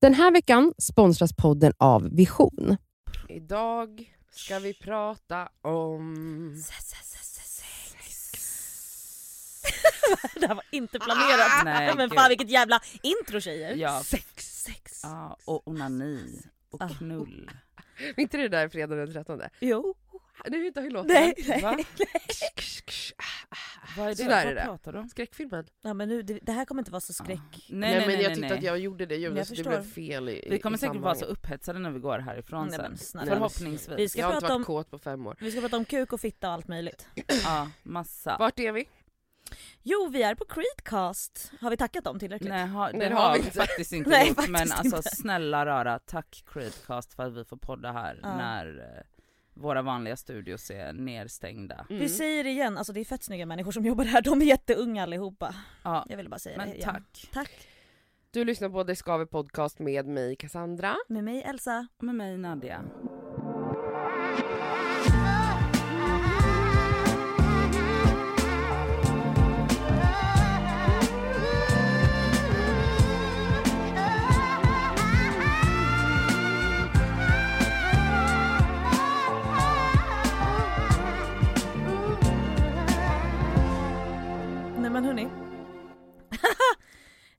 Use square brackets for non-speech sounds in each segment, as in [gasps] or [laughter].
Den här veckan sponsras podden av Vision. Idag ska vi prata om... [laughs] det här var inte planerat. Nej, men gud. fan vilket jävla intro tjejer. Ja. Sex, sex. Ja, och onani Ah. och knull. Är inte det där fredag den 13? Jo. Nu hittar vi låten. [laughs] Nej, Va? nej. Vad är det? Sådär är det. Vad pratar du om? Skräckfilmen. Ja, men nu, det, det här kommer inte vara så skräck. Nej, nej, men nej, jag nej, tyckte nej. att jag gjorde det ljudet Jag så det förstår. blev fel i Vi kommer i säkert vara så sammanhanget. upphetsade när vi går härifrån Nej, men sen. snälla. Förhoppningsvis. Vi ska Jag har inte prata varit om, kåt på fem år. vi ska prata om kuk och fitta och allt möjligt. Ja, massa. Vart är vi? Jo, vi är på Creedcast. Har vi tackat dem tillräckligt? Nej, ha, det Nej, det har har vi vi inte. faktiskt inte Nej, gjort. faktiskt men alltså inte. snälla rara, tack Creedcast för att vi får podda här Ja. när eh, våra vanliga studios är nedstängda. Mm. Vi säger det igen, alltså det är fett snygga människor som jobbar här. De är jätteunga allihopa. Ja, Jag ville bara säga det men igen. tack. Tack. Du lyssnar på Det Skaver Podcast med mig Cassandra. Med mig Elsa. Med mig Nadia. Nej men hörni. [laughs]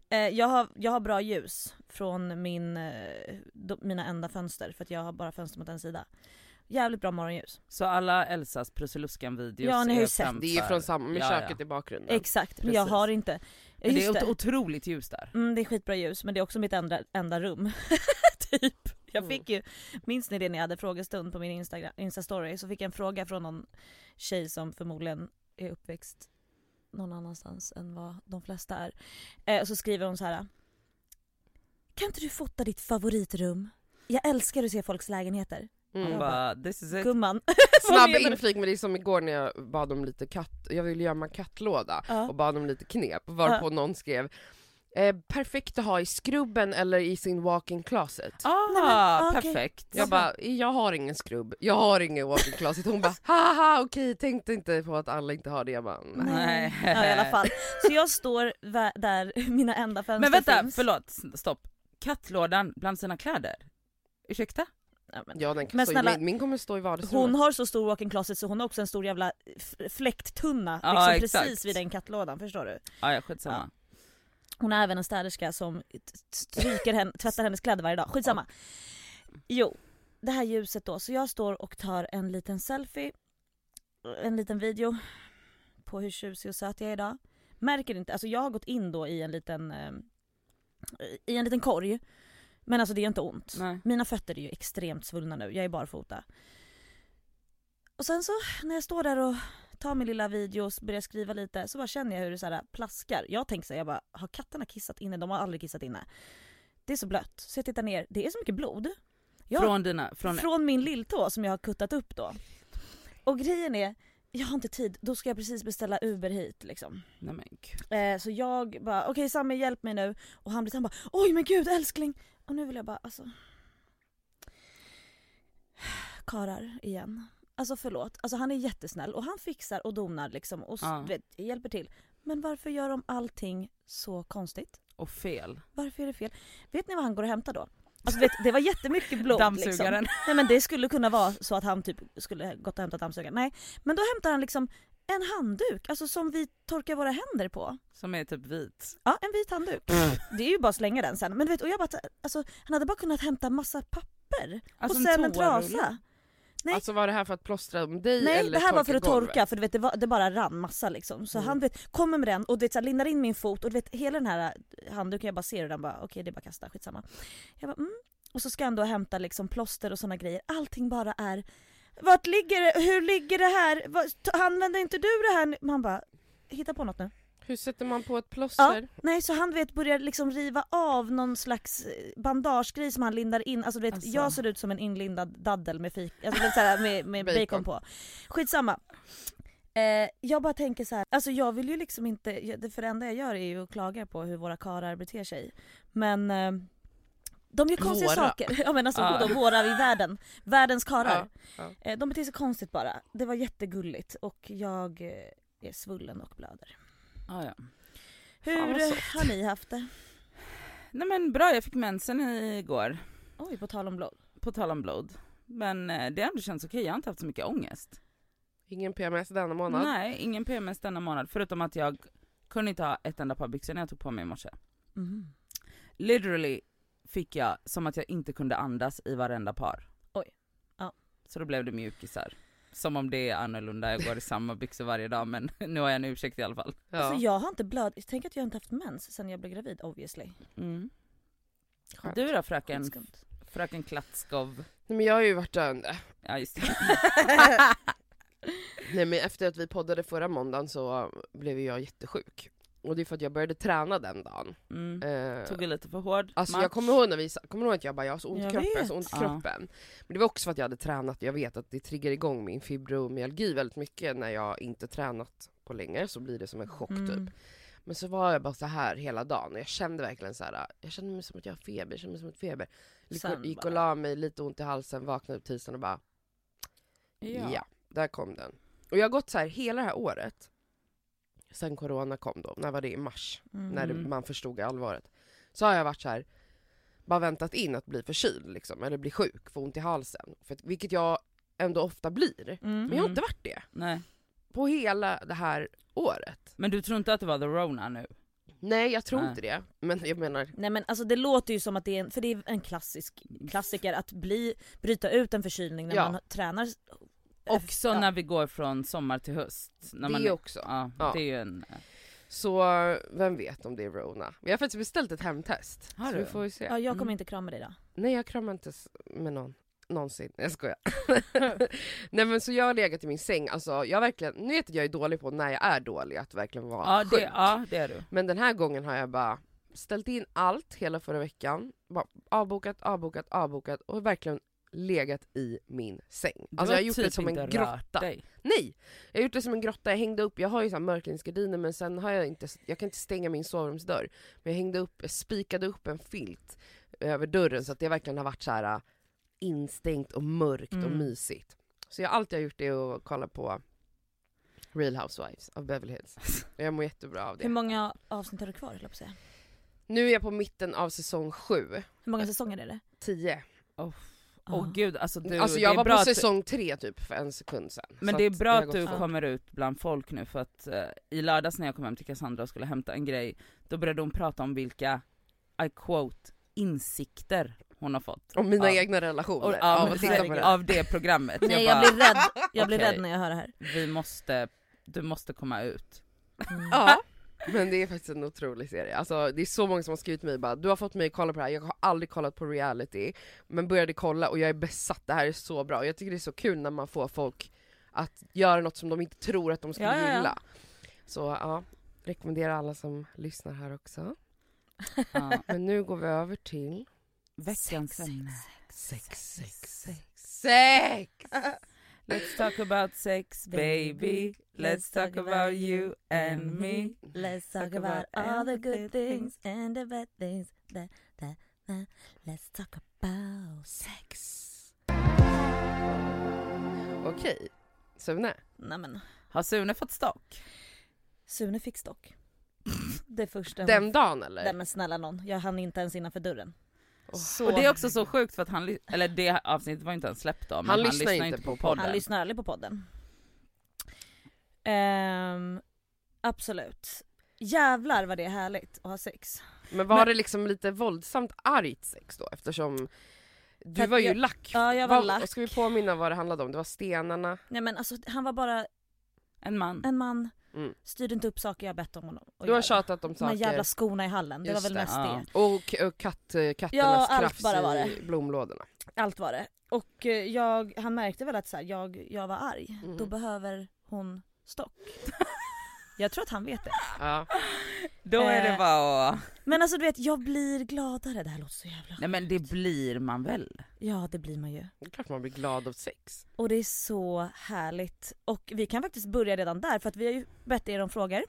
Eh, jag, har, jag har bra ljus från min, eh, de, mina enda fönster för att jag har bara fönster mot en sida. Jävligt bra morgonljus. Så alla Elsas Prussiluskan-videos Ja, ni har ju är sett. framför. Det är ju från samma, med Ja, ja. köket i bakgrunden. Exakt, men jag precis. har inte. Ja, Men Det är Just ot- det. otroligt ljus där. Mm, det är skitbra ljus men det är också mitt enda, enda rum. [laughs] typ. Jag Mm. fick ju, minns ni det när jag hade frågestund på min Instagram, Insta-story? Så fick jag en fråga från någon tjej som förmodligen är uppväxt någon annanstans än vad de flesta är. Eh, och så skriver hon så här. Kan inte du fota ditt favoritrum? Jag älskar att se folks lägenheter. Man Mm. Ja. bara, this is it. Gumman. Snabb menar du? inflik, men det är som igår när jag bad om lite katt, jag ville gömma en kattlåda och [laughs] Ja. bad om lite knep, varpå någon skrev eh, perfekt att ha i skrubben eller i sin walk-in closet. Ah, Nej, men, ah, okej. perfekt. Jag bara, jag har ingen skrubb, jag har ingen walk-in closet. Hon bara, haha okej tänkte inte på att alla inte har det. Jag bara, nej. Nej. ja i alla [laughs] fall. Så jag står vä- där [laughs] mina enda fönster Men vänta, finns. förlåt, s- stopp. Kattlådan bland sina kläder? Ursäkta? Ja, men- Ja, den kan Men stå snälla, i, min, min kommer stå i vardagsrummet. Hon har så stor walk-in closet så hon har också en stor jävla f- fläkttunna Ja, liksom exakt. precis vid den kattlådan förstår du. Ah, ja, skitsamma. Hon har även en städerska som t- t- stryker henne, tvättar hennes kläder varje dag. Skitsamma. Jo, det här ljuset då. Så jag står och tar en liten selfie, en liten video på hur tjusig och söt jag är idag. Märker inte, alltså jag har gått in då i en liten, eh, i en liten korg. Men alltså det är inte ont. Nej. Mina fötter är ju extremt svullna nu, jag är barfota. Och sen så när jag står där och tar min lilla video och börjar skriva lite så bara känner jag hur det så här plaskar. Jag tänker så här, jag bara, har katterna kissat inne? De har aldrig kissat inne. Det är så blött. Så jag tittar ner, det är så mycket blod. Ja. Från dina, från... Från, min lilltå som jag har kuttat upp då. Och grejen är, jag har inte tid, då ska jag precis beställa Uber hit liksom. Nej men gud. Eh, så jag bara, okej Sami hjälp mig nu. Och han blir han bara, oj men gud älskling. Och nu vill jag bara, alltså. Karar igen. Alltså förlåt, alltså han är jättesnäll och han fixar och donar liksom och s- Ja. du vet, hjälper till. Men varför gör de allting så konstigt? Och fel. Varför är det fel? Vet ni vad han går och hämtar då? Alltså vet, det var jättemycket blod liksom. Dammsugaren. [laughs] Nej men det skulle kunna vara så att han typ skulle gått och hämtat dammsugaren. Nej, men då hämtar han liksom en handduk, alltså som vi torkar våra händer på. Som är typ vit. Ja, en vit handduk. Det är ju bara att slänga den sen. Men du vet, och jag bara, alltså, han hade bara kunnat hämta massa papper Alltså och sen en toarulle. trasa. Nej. Alltså var det här för att plåstra om dig Nej, eller det här var för att golvet? torka för du vet, det, var, det bara rann massa liksom. Så Mm. han du vet, kommer med den och du vet, så här, lindar in min fot och du vet, hela den här eh, handduken, jag bara ser hur den bara, okej det är bara att kasta, skitsamma. Jag bara, mm. Och så ska han då hämta liksom plåster och sådana grejer. Allting bara är, vart ligger det, hur ligger det här, Vad- t- använder inte du det här? nu?" Man bara, hitta på något nu. Hur sätter man på ett plåster? Nej så han du vet börjar liksom riva av någon slags eh, bandagegrej som han lindar in, alltså du vet Alltså. jag ser ut som en inlindad daddel med, fik- alltså, du vet, så här, med, med bacon. Bacon. på. Skitsamma. Eh, jag bara tänker så här, alltså jag vill ju liksom inte, jag- det för det enda jag gör är ju att klaga på hur våra karlar beter sig. Men eh, de gör konstiga Våra. saker. Ja men alltså Ja. de våra i världen, världens karlar. Ja, Eh, de beter sig konstigt bara. Det var jättegulligt och jag eh, är svullen och blöder. Ah, ja. Hur Fan, vad eh, har ni haft det? Nej men bra, jag fick mensen igår. Oj, på tal om blod. På tal om blod. Men eh, det har ändå känts okej, jag har inte haft så mycket ångest. Ingen PMS denna månad. Nej, ingen PMS denna månad. Förutom att jag kunde inte ha ett enda par byxor när jag tog på mig i morse. Mm. Literally fick jag som att jag inte kunde andas i varenda par. Oj. Ja. Så då blev det mjukisar. Som om det är annorlunda, jag går i samma byxor varje dag men [laughs] nu har jag en ursäkt i alla fall. Ja. Alltså jag har inte blöd. Tänk att jag inte haft mens sen jag blev gravid obviously. Mm. Skönt. Du då fröken, Skitskumt. fröken Klatskov? Nej, men jag har ju varit döende. Ja [laughs] just det. Nej men efter att vi poddade förra måndagen så blev ju jag jättesjuk. Och det är för att jag började träna den dagen. Mm. Eh, Tog en lite för hård Alltså match. jag kommer ihåg när vi sa- kommer ihåg att jag bara jag har så ont i Jag kroppen, jag har vet. så ont i Ja. kroppen. Men det var också för att jag hade tränat, jag vet att det triggar igång min fibromyalgi väldigt mycket när jag inte tränat på länge så blir det som en chock Mm. typ. Men så var jag bara så här hela dagen och jag kände verkligen så här. jag kände mig som att jag har feber, jag kände mig som att jag har feber. Gick Sen och, gick och bara- la mig, lite ont i halsen, vaknade upp tisdagen och bara Ja. ja. där kom den. Och jag har gått så här hela det här året, sen corona kom då, när var det? I mars? Mm. när Mm. man förstod allvaret. Så har jag varit så här, bara väntat in att bli förkyld liksom, eller bli sjuk, få ont i halsen. För, att- vilket jag ändå ofta blir. Mm. Men jag har inte varit det Nej. på hela det här året. Men du tror inte att det var the rona nu? Nej jag tror Nej. inte det, men jag menar Nej men alltså det låter ju som att det är en, för det är en klassisk klassiker att bli, bryta ut en förkylning när Ja. man tränar. Också Eh, Ja. när vi går från sommar till höst. När det man, också. ja, Ja. det är ju en... Så vem vet om det är Rona. Men jag har faktiskt beställt ett hemtest. Har så du? vi får ju se. Ja jag kommer Mm. inte krama dig då. Nej jag kramar inte s- med någon. Någonsin, jag [laughs] skojar. [laughs] Nej men så jag har legat i min säng, alltså jag har verkligen, ni vet att jag är dålig på när jag är dålig att verkligen vara Ja det, sjuk. ja det är du. Men den här gången har jag bara ställt in allt hela förra veckan. Bara avbokat, avbokat, avbokat och verkligen legat i min säng. Du Alltså jag har har gjort typ det som en inte rört grotta. dig. Nej! Jag har gjort det som en grotta, jag hängde upp, jag har ju så här mörklingsgardiner men sen har jag inte, jag kan inte stänga min sovrumsdörr. Men jag hängde upp, jag spikade upp en filt över dörren så att det verkligen har varit så här äh, instängt och mörkt och Mm. mysigt. Så jag, allt jag har gjort är att kolla på Real Housewives av Beverly Hills. [laughs] Jag mår jättebra av det. Hur många avsnitt har du kvar höll jag på att säga? Nu är jag på mitten av säsong sju, Hur många säsonger är det? tio. Åh Ja. gud alltså du, alltså det jag är var bra på att du- säsong tre typ för en sekund sedan. Men Så det är att bra har att gått du fort. kommer ut bland folk nu för att eh, i lördags när jag kom hem till Cassandra och skulle hämta en grej, då började hon prata om vilka, I quote, insikter hon har fått. Om mina Ja. egna relationer, Och, av av, att titta på det. det. av det programmet. Nej jag jag bara, blir rädd, jag blir Okej. rädd när jag hör det här. vi måste, du måste komma ut. Mm. Ja. Men det är faktiskt en otrolig serie, alltså det är så många som har skrivit till mig bara du har fått mig att kolla på det här, jag har aldrig kollat på reality men började kolla och jag är besatt, det här är så bra och jag tycker det är så kul när man får folk att göra något som de inte tror att de skulle Ja, ja, ja. gilla. Så ja, rekommenderar alla som lyssnar här också. Ja. Men nu går vi över till [laughs] Veckans ämne. Sex, sex, sex. Sex! [laughs] Let's talk about sex baby, let's talk about you and me. Let's talk about all the good things and the bad things that, that, that. Let's talk about sex Okej, Sune. Nej men, Har Sune fått stock? Sune fick stock. Det första Den dagen eller? Nej men snälla någon, jag hann inte ens innanför dörren. Åh. Så- Och det är också så sjukt för att han, ly- eller det avsnittet var ju inte ens släppt då, Han men han, lyssnar lyssnar ju inte inte på på podden. Han lyssnar aldrig på podden. Ehm, absolut. Jävlar vad det är härligt att ha sex. Men var Men- det liksom lite våldsamt argt sex då eftersom du För att var ju jag- lack. Ja jag var Vad- lack. Ska vi påminna vad det handlade om? Det var stenarna. Nej men alltså han var bara En man. en man, Mm. styrde inte upp saker jag bett om honom att Du har göra. tjatat om De här saker. jävla skorna i hallen, det Just var väl det, mest ja. det. eh, Och, och katt, eh, katternas Ja, allt krafs bara var i blomlådorna. Allt var det. Och eh, jag, han märkte väl att så här, jag, jag var arg, Mm. då behöver hon stock. [laughs] jag tror att han vet det. Ja. Då är det Eh. bara att... Men alltså du vet, jag blir gladare. Det här låter så jävla Nej men det blir man väl? Ja det blir man ju. Det är klart man blir glad av sex. Och det är så härligt. Och vi kan faktiskt börja redan där för att vi har ju bett er om frågor.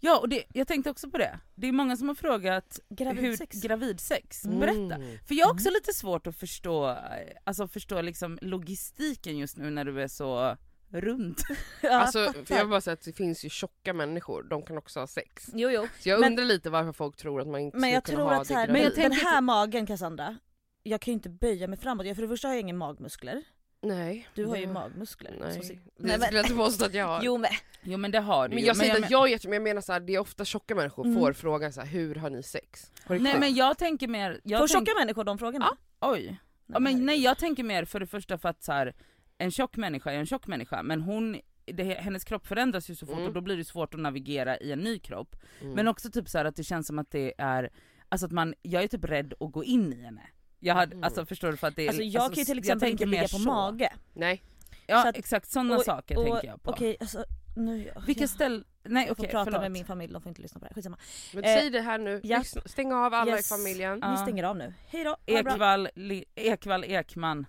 Ja och det, jag tänkte också på det. Det är många som har frågat Gravidsex. hur gravidsex, berätta. Mm. För jag har också lite svårt att förstå, eh, alltså förstå liksom logistiken just nu när du är så runt. Ja, Alltså, för fattar. jag vill bara säga att det finns ju tjocka människor, de kan också ha sex. Jo, jo. Så jag Men- undrar lite varför folk tror att man inte Men skulle jag kunna tror ha att så det här, gravid. den här magen Cassandra, jag kan ju inte böja mig framåt. Jag- För det första har jag inga magmuskler. Nej. Du har ju Ja. magmuskler. som Nej, sitter- det skulle jag inte påstå att jag har. Jo men Jo men det har du men ju. jag säger inte men- att jag är jätte- men jag menar så här, det är ofta tjocka människor Mm. får frågan så här, hur har ni sex? På Nej riktigt. men jag tänker mer... Jag får tänk- tjocka människor de frågorna? Ja. Oj. Ja, men, herregud. nej jag tänker mer för det första för att så här, en tjock människa är en tjock människa men hon, det, hennes kropp förändras ju så fort Mm. och då blir det svårt att navigera i en ny kropp. Mm. Men också typ så här att det känns som att det är, alltså att man, jag är typ rädd att gå in i henne. Jag hade, Mm. alltså förstår du för att det är, Alltså jag kan ju till exempel tänker inte mer ligga på så. mage. Nej. Ja Så att- exakt sådana och- saker och- tänker jag på. Okej alltså nu... Vilka jag, ställ... Nej jag får okej prata förlåt. med min familj, de får inte lyssna på det här. Skitsamma. Men Eh, säg det här nu, ja. Lyssna, stäng av alla Yes. i familjen. Ja. Vi stänger av nu. Hej då, ha det bra. Ekvall, Li- Ekvall Ekman.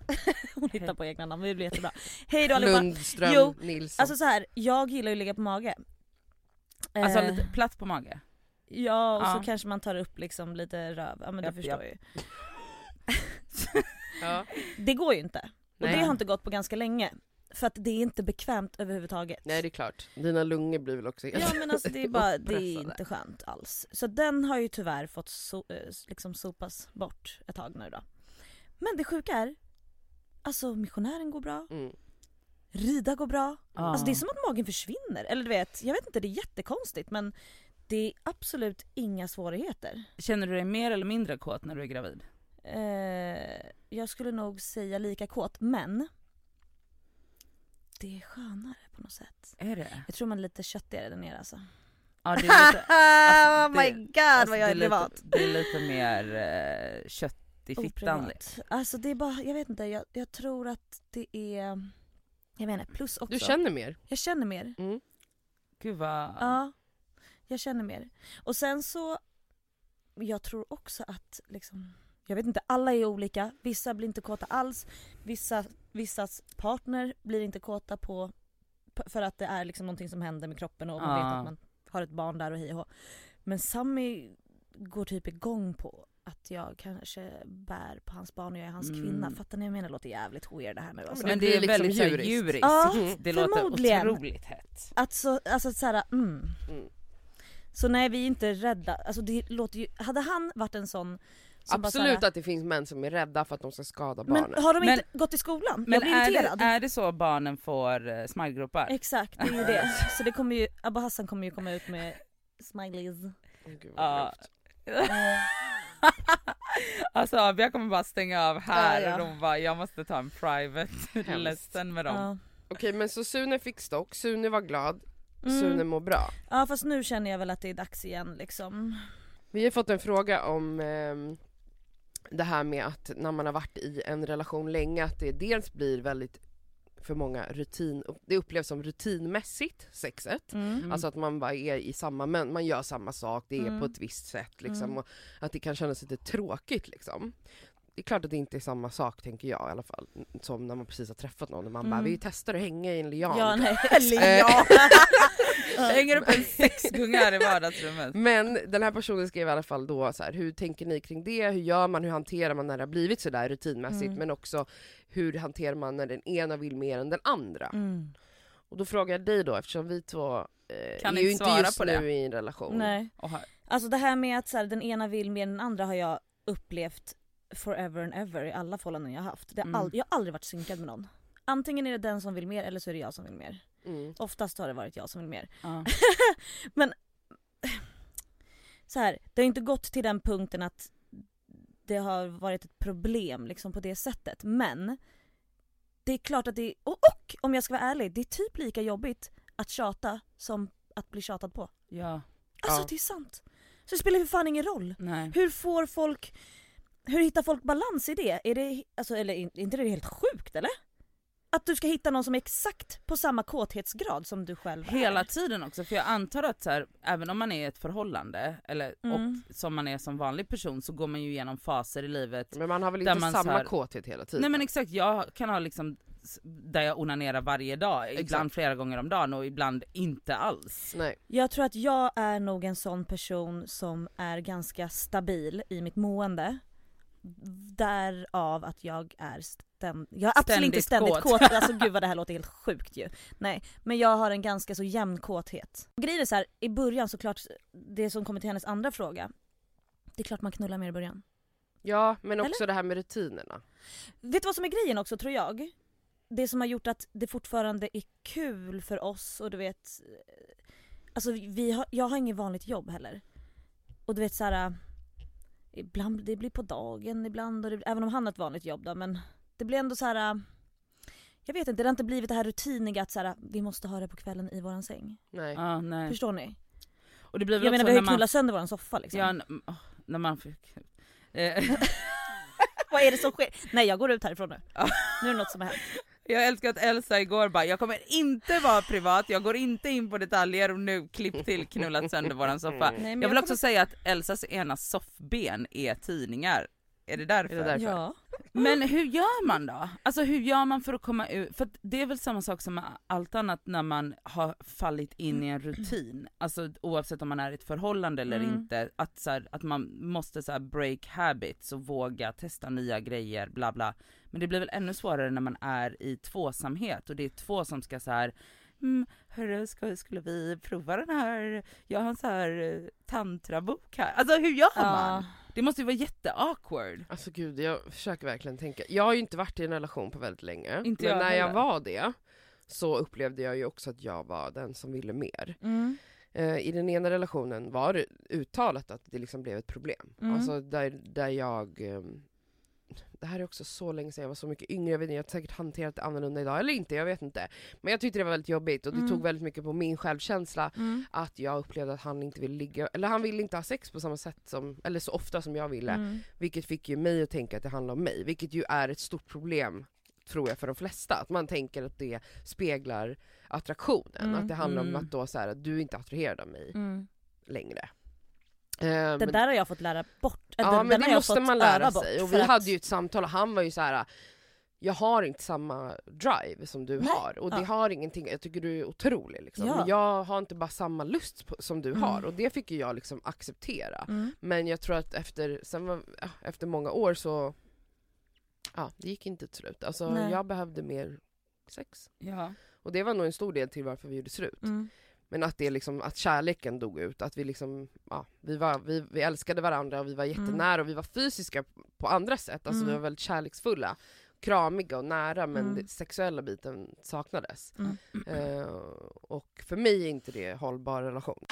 Hon hittar på egna namn, det blir [laughs] jättebra. Hej då allihopa. Lundström, Jo, Nilsson. Alltså så här, jag gillar ju att ligga på mage. Alltså Eh, lite platt på mage. Ja och Ja. så kanske man tar upp liksom lite röv, ja men du Japp, förstår ju. ja. Det går ju inte. Och Nej. det har inte gått på ganska länge. För att det är inte bekvämt överhuvudtaget. Nej det är klart, dina lungor blir väl också helt Ja men alltså [laughs] det är bara, det är Upppressade. inte skönt alls. Så den har ju tyvärr fått so- eh, liksom sopas bort ett tag nu då. Men det sjuka är, alltså missionären går bra, Mm. rida går bra. Ja. Alltså det är som att magen försvinner. Eller du vet, jag vet inte, det är jättekonstigt men det är absolut inga svårigheter. Känner du dig mer eller mindre kåt när du är gravid? Eh, jag skulle nog säga lika kåt men det är skönare på något sätt. Är det? Jag tror man är lite köttigare där nere [laughs] alltså. Ja det är lite, alltså, oh det- my god alltså, vad jag är det, är privat. lite, det är lite mer eh, kött i fittan. liksom. Oprivat. Alltså det är bara, jag vet inte, jag, jag tror att det är, jag vet inte, plus också. Du känner mer? Jag känner mer. Mm. Gud vad... alltså, Ja. Jag känner mer. Och sen så, jag tror också att liksom, jag vet inte, alla är olika. Vissa blir inte kåta alls. Vissa, vissas partner blir inte kåta på, p- för att det är liksom någonting som händer med kroppen och man Ja. vet att man har ett barn där och hej och hå. Men Sammy går typ igång på att jag kanske bär på hans barn och jag är hans Mm. kvinna. Fattar ni vad jag menar? Det låter jävligt weird det här nu alltså. Men blir det är liksom väldigt så här djuriskt. djuriskt. Ja, Mm. Det låter förmodligen. otroligt hett. Att så, alltså såhär, mm. Mm. Så nej vi är inte rädda, alltså det låter ju, hade han varit en sån som bara Absolut såhär, att det finns män som är rädda för att de ska skada barnet. Men har de Men- inte gått i skolan? Men jag blir är det, irriterad. är det så barnen får uh, smilegropar? Exakt, det är ju det. [laughs] Så det kommer ju, Abba Hassan kommer ju komma ut med smileys. Åh, Gud, vad Ja. grovt. [laughs] alltså Abia kommer bara stänga av här Ja, ja. och de bara jag måste ta en private [laughs] lesson med dem. Ja. Okej men så Sune fick stock, Sune var glad, Sune Mm. mår bra. ja fast nu känner jag väl att det är dags igen liksom. Vi har fått en fråga om ehm, det här med att när man har varit i en relation länge att det dels blir väldigt för många rutin, det upplevs som rutinmässigt sexet. Mm. Mm. Alltså att man bara är i samma, men man gör samma sak, det är Mm. på ett visst sätt liksom. Mm. Och att det kan kännas lite tråkigt liksom. Det är klart att det inte är samma sak tänker jag i alla fall, som när man precis har träffat någon och man bara Mm. vi testar att hänga i en lian. Ja nej, Eh, [laughs] ja. Jag hänger upp en sexgunga här i [laughs] vardagsrummet. Men den här personen skrev i alla fall då så här, hur tänker ni kring det? Hur gör man? Hur hanterar man när det har blivit sådär rutinmässigt? Mm. Men också hur hanterar man när den ena vill mer än den andra? Mm. Och då frågar jag dig då eftersom vi två eh, Kan är inte ju inte svara just på nu det. i en relation. Nej. Och här- Alltså det här med att så här, den ena vill mer än den andra har jag upplevt forever and ever i alla förhållanden jag har haft. Det har Mm. ald- jag har aldrig varit synkad med någon. Antingen är det den som vill mer eller så är det jag som vill mer. Mm. Oftast har det varit jag som vill mer. ja. Så här, det har inte gått till den punkten att det har varit ett problem liksom på det sättet men det är klart att det är, och, och om jag ska vara ärlig, det är typ lika jobbigt att tjata som att bli tjatad på. ja, Alltså Ja. det är sant. Så det spelar ju för fan ingen roll. nej. Hur får folk, hur hittar folk balans i det? Är det, alltså, eller är inte det helt sjukt eller? Att du ska hitta någon som är exakt på samma kåthetsgrad som du själv är. Hela tiden också, för jag antar att så här, även om man är i ett förhållande, eller, Mm. och som man är som vanlig person, så går man ju igenom faser i livet. Typ. Men man har väl Där inte man samma så här- kåthet hela tiden? Nej men exakt, jag kan ha liksom s- där jag onanerar varje dag, ibland Exakt. flera gånger om dagen och ibland inte alls. Nej. Jag tror att jag är nog en sån person som är ganska stabil i mitt mående Därav att jag är ständ... jag är absolut inte Ständigt ständigt kåt. kåt. Alltså gud vad det här låter helt sjukt ju. Nej, men jag har en ganska så jämn kåthet. Och Grejen är så här, i början såklart, det som kommer till hennes andra fråga. Det är klart man knullar mer i början. Ja, men Eller? också det här med rutinerna. Vet du vad som är grejen också tror jag? Det som har gjort att det fortfarande är kul för oss och du vet eh, Alltså vi har, jag har inget vanligt jobb heller. Och du vet så här. eh, Ibland, det blir på dagen ibland och det, även om han har ett vanligt jobb då men det blir ändå så här. eh, Jag vet inte, det har inte blivit det här rutiniga att så här, eh, vi måste ha det på kvällen i våran säng. Nej. Ja, nej. Förstår ni? Och det blir väl Mm. Jag menar också vi har när ju man... knullat sönder våran soffa liksom. Ja, n- åh, när man fick... Eh, [laughs] Vad är det som sker? Nej jag går ut härifrån nu. [laughs] Nu är det något som har hänt. [laughs] jag älskar att Elsa igår bara, jag kommer inte vara privat, jag går inte in på detaljer och nu klipp till knullat sönder våran soffa. Nej, men Jag vill också Mm. kommer- säga att Elsas ena soffben är tidningar. Är det därför? Är det därför? Ja. Men hur gör man då? Alltså hur gör man för att komma ut? För att det är väl samma sak som med allt annat när man har fallit in i en rutin. Alltså oavsett om man är i ett förhållande eller Mm. inte. Att, så här, att man måste så här, break habits och våga testa nya grejer bla bla. Men det blir väl ännu svårare när man är i tvåsamhet och det är två som ska så här Mm, hörru, ska, skulle vi prova den här, jag har en så här eh, tantrabok här. Alltså hur gör man? Ja. Det måste ju vara jätteawkward. Alltså gud, jag försöker verkligen tänka. Jag har ju inte varit i en relation på väldigt länge. Inte men jag när jag heller. var det så upplevde jag ju också att jag var den som ville mer. Mm. Eh, I den ena relationen var det uttalat att det liksom blev ett problem. Mm. Alltså där, där jag... ehm, Det här är också så länge sedan jag var så mycket yngre, jag vet inte, jag har säkert hanterat det annorlunda idag eller inte, jag vet inte. Men jag tyckte det var väldigt jobbigt och det Mm. tog väldigt mycket på min självkänsla Mm. att jag upplevde att han inte ville ligga, eller han ville inte ha sex på samma sätt som, eller så ofta som jag ville. Mm. Vilket fick ju mig att tänka att det handlar om mig, vilket ju är ett stort problem tror jag för de flesta, att man tänker att det speglar attraktionen, Mm. att det handlar om Mm. att då så här, att du är inte attraherad av mig Mm. längre. Eh, men- Den där har jag fått lära bort. Äh, ja den, men den har det jag måste fått man öva lära bort sig, och för vi att- hade ju ett samtal och han var ju så här. jag har inte samma drive som du Nej. har och det Ja. har ingenting, jag tycker du är otrolig liksom. Ja. men jag har inte bara samma lust på, som du Mm. har och det fick ju jag liksom acceptera. Mm. Men jag tror att efter, sen var, ja, efter många år så, ja det gick inte till slut. Alltså Nej. jag behövde mer sex. Ja. Och det var nog en stor del till varför vi gjorde slut. Mm. Men att det liksom, att kärleken dog ut, att vi liksom, ja vi, var, vi, vi älskade varandra och vi var jättenära och vi var fysiska på andra sätt. Alltså vi Mm. var väldigt kärleksfulla, kramiga och nära men Mm. den sexuella biten saknades. Mm. Eh, och för mig är inte det hållbar relation.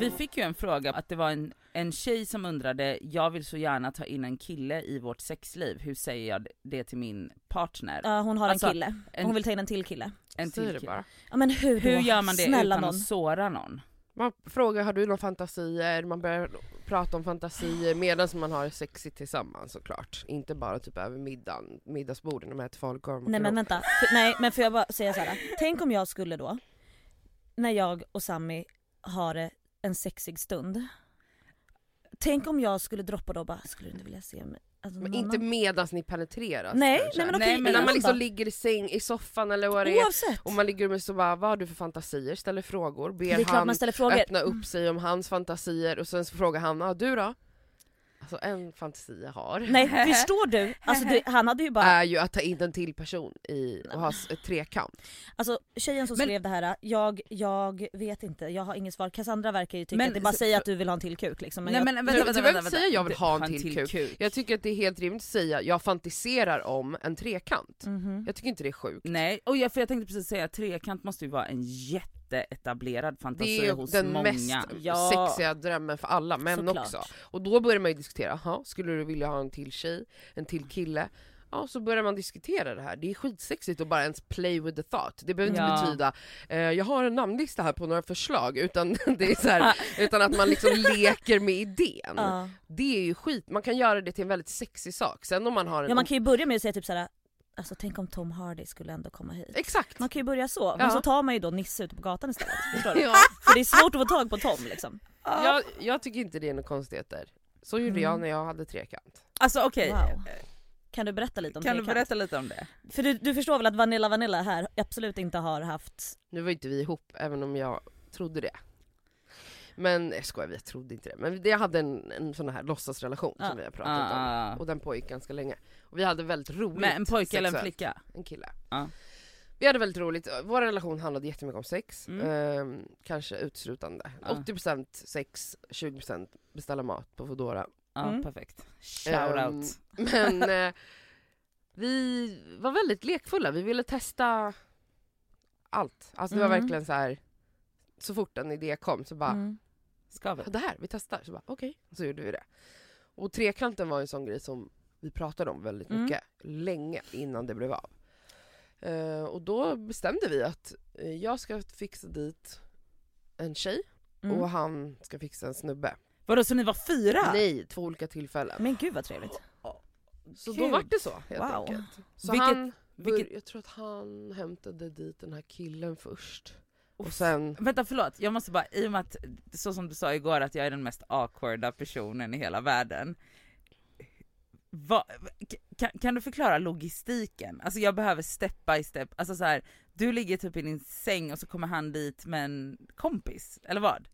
Vi fick ju en fråga att det var en, en tjej som undrade, jag vill så gärna ta in en kille i vårt sexliv, hur säger jag det till min partner? Ja, hon har Alltså, en kille. en- Hon vill ta in en till kille. en Säg till det kille. bara. Ja, men hur då? Hur gör man det Snälla utan någon. att såra någon? Man frågar har du några fantasier, man börjar prata om fantasier medan man har sexigt tillsammans såklart. Inte bara typ över middagen, middagsborden när man äter falukorv och Nej men makaroner. vänta. För, nej men får jag bara säga så här. Tänk om jag skulle då, när jag och Sammy har eh, en sexig stund. Tänk om jag skulle droppa då och bara, skulle du inte vilja se mig? Alltså, Men någon inte annan? medans ni penetreras Nej, kanske. nej men okej. Nej, men Men när innan man liksom då. ligger i säng, i soffan eller vad det är Oavsett. och man ligger med så bara, vad har du för fantasier? Ställer frågor, Det ber är klart han man Mm. ställer frågor. öppna upp sig om hans fantasier och sen så frågar han, ah, du då? Alltså en fantasi jag har Nej förstår du? Alltså det, han hade ju bara är ju att ta in en till person i, och ha s- ett trekamp. Alltså tjejen som Men- skrev det här, jag, jag vet inte, jag har inget svar. Cassandra verkar ju tycka Men- att det bara säger att du vill ha en till kuk liksom. Men Nej jag, men Du- vänta, du vänta, behöver vänta, inte vänta. säga jag vill Du- ha en till kuk. Jag tycker att det är helt rimligt att säga, jag fantiserar om en trekant. Mhm. Jag tycker inte det är sjukt. Nej, och jag, för jag tänkte precis säga trekant måste ju vara en jätteetablerad fantasi Det är ju hos den många. mest Ja. sexiga drömmen för alla män Såklart. också. Och då börjar man ju diskutera, aha, skulle du vilja ha en till tjej, en till kille? Ja, så börjar man diskutera det här. Det är skitsexigt att bara ens play with the thought. Det behöver inte Ja. betyda, eh, jag har en namnlista här på några förslag, utan, [laughs] det är så [laughs] här, utan att man liksom leker med idén. ja. Det är ju skit, man kan göra det till en väldigt sexig sak. Sen om man har en... ja man kan ju börja med att säga typ såhär, alltså tänk om Tom Hardy skulle ändå komma hit. Exakt! Man kan ju börja så, Ja. men så tar man ju då Nisse ute på gatan [laughs] istället. Förstår du? Ja. För det är svårt att få tag på Tom liksom. Jag, jag tycker inte det är några konstigheter. Så gjorde Mm. jag när jag hade trekant. Alltså okej, Wow. Kan du berätta lite om kan det? du berätta lite om det? För du, du förstår väl att Vanilla Vanilla här absolut inte har haft Nu var ju inte vi ihop, även om jag trodde det. Men jag skojar, jag trodde inte det. Men jag hade en, en sån här låtsasrelation Ja. som vi har pratat om. Ah, ah. Och den pågick ganska länge. Och vi hade väldigt roligt Men en pojke eller en sexuellt. flicka? En kille. Ja. Vi hade väldigt roligt, vår relation handlade jättemycket om sex. Mm. Ehm, kanske uteslutande. Ja. 80% sex, 20% beställa mat på Foodora. Ja Mm. perfekt. Shout Ehm, out. Men eh, vi var väldigt lekfulla, vi ville testa allt. Alltså det var Mm. verkligen så här. så fort en idé kom så bara, Mm. Ska vi? det här, vi testar. Så bara okej, så gjorde vi det. Och trekanten var en sån grej som vi pratade om väldigt Mm. mycket, länge innan det blev av. Eh, och då bestämde vi att eh, jag ska fixa dit en tjej Mm. och han ska fixa en snubbe. Vadå så ni var fyra? Nej, två olika tillfällen. Men gud vad trevligt. Så då Kul. var det så helt Wow. enkelt. Så Vilket- han, vilket- bör- jag tror att han hämtade dit den här killen först. Och sen, Vänta förlåt, jag måste bara, i och med att så som du sa igår att jag är den mest awkwarda personen i hela världen. Va, k- kan, kan du förklara logistiken? Alltså jag behöver step by step, alltså så här, du ligger typ i din säng och så kommer han dit med en kompis, eller vad?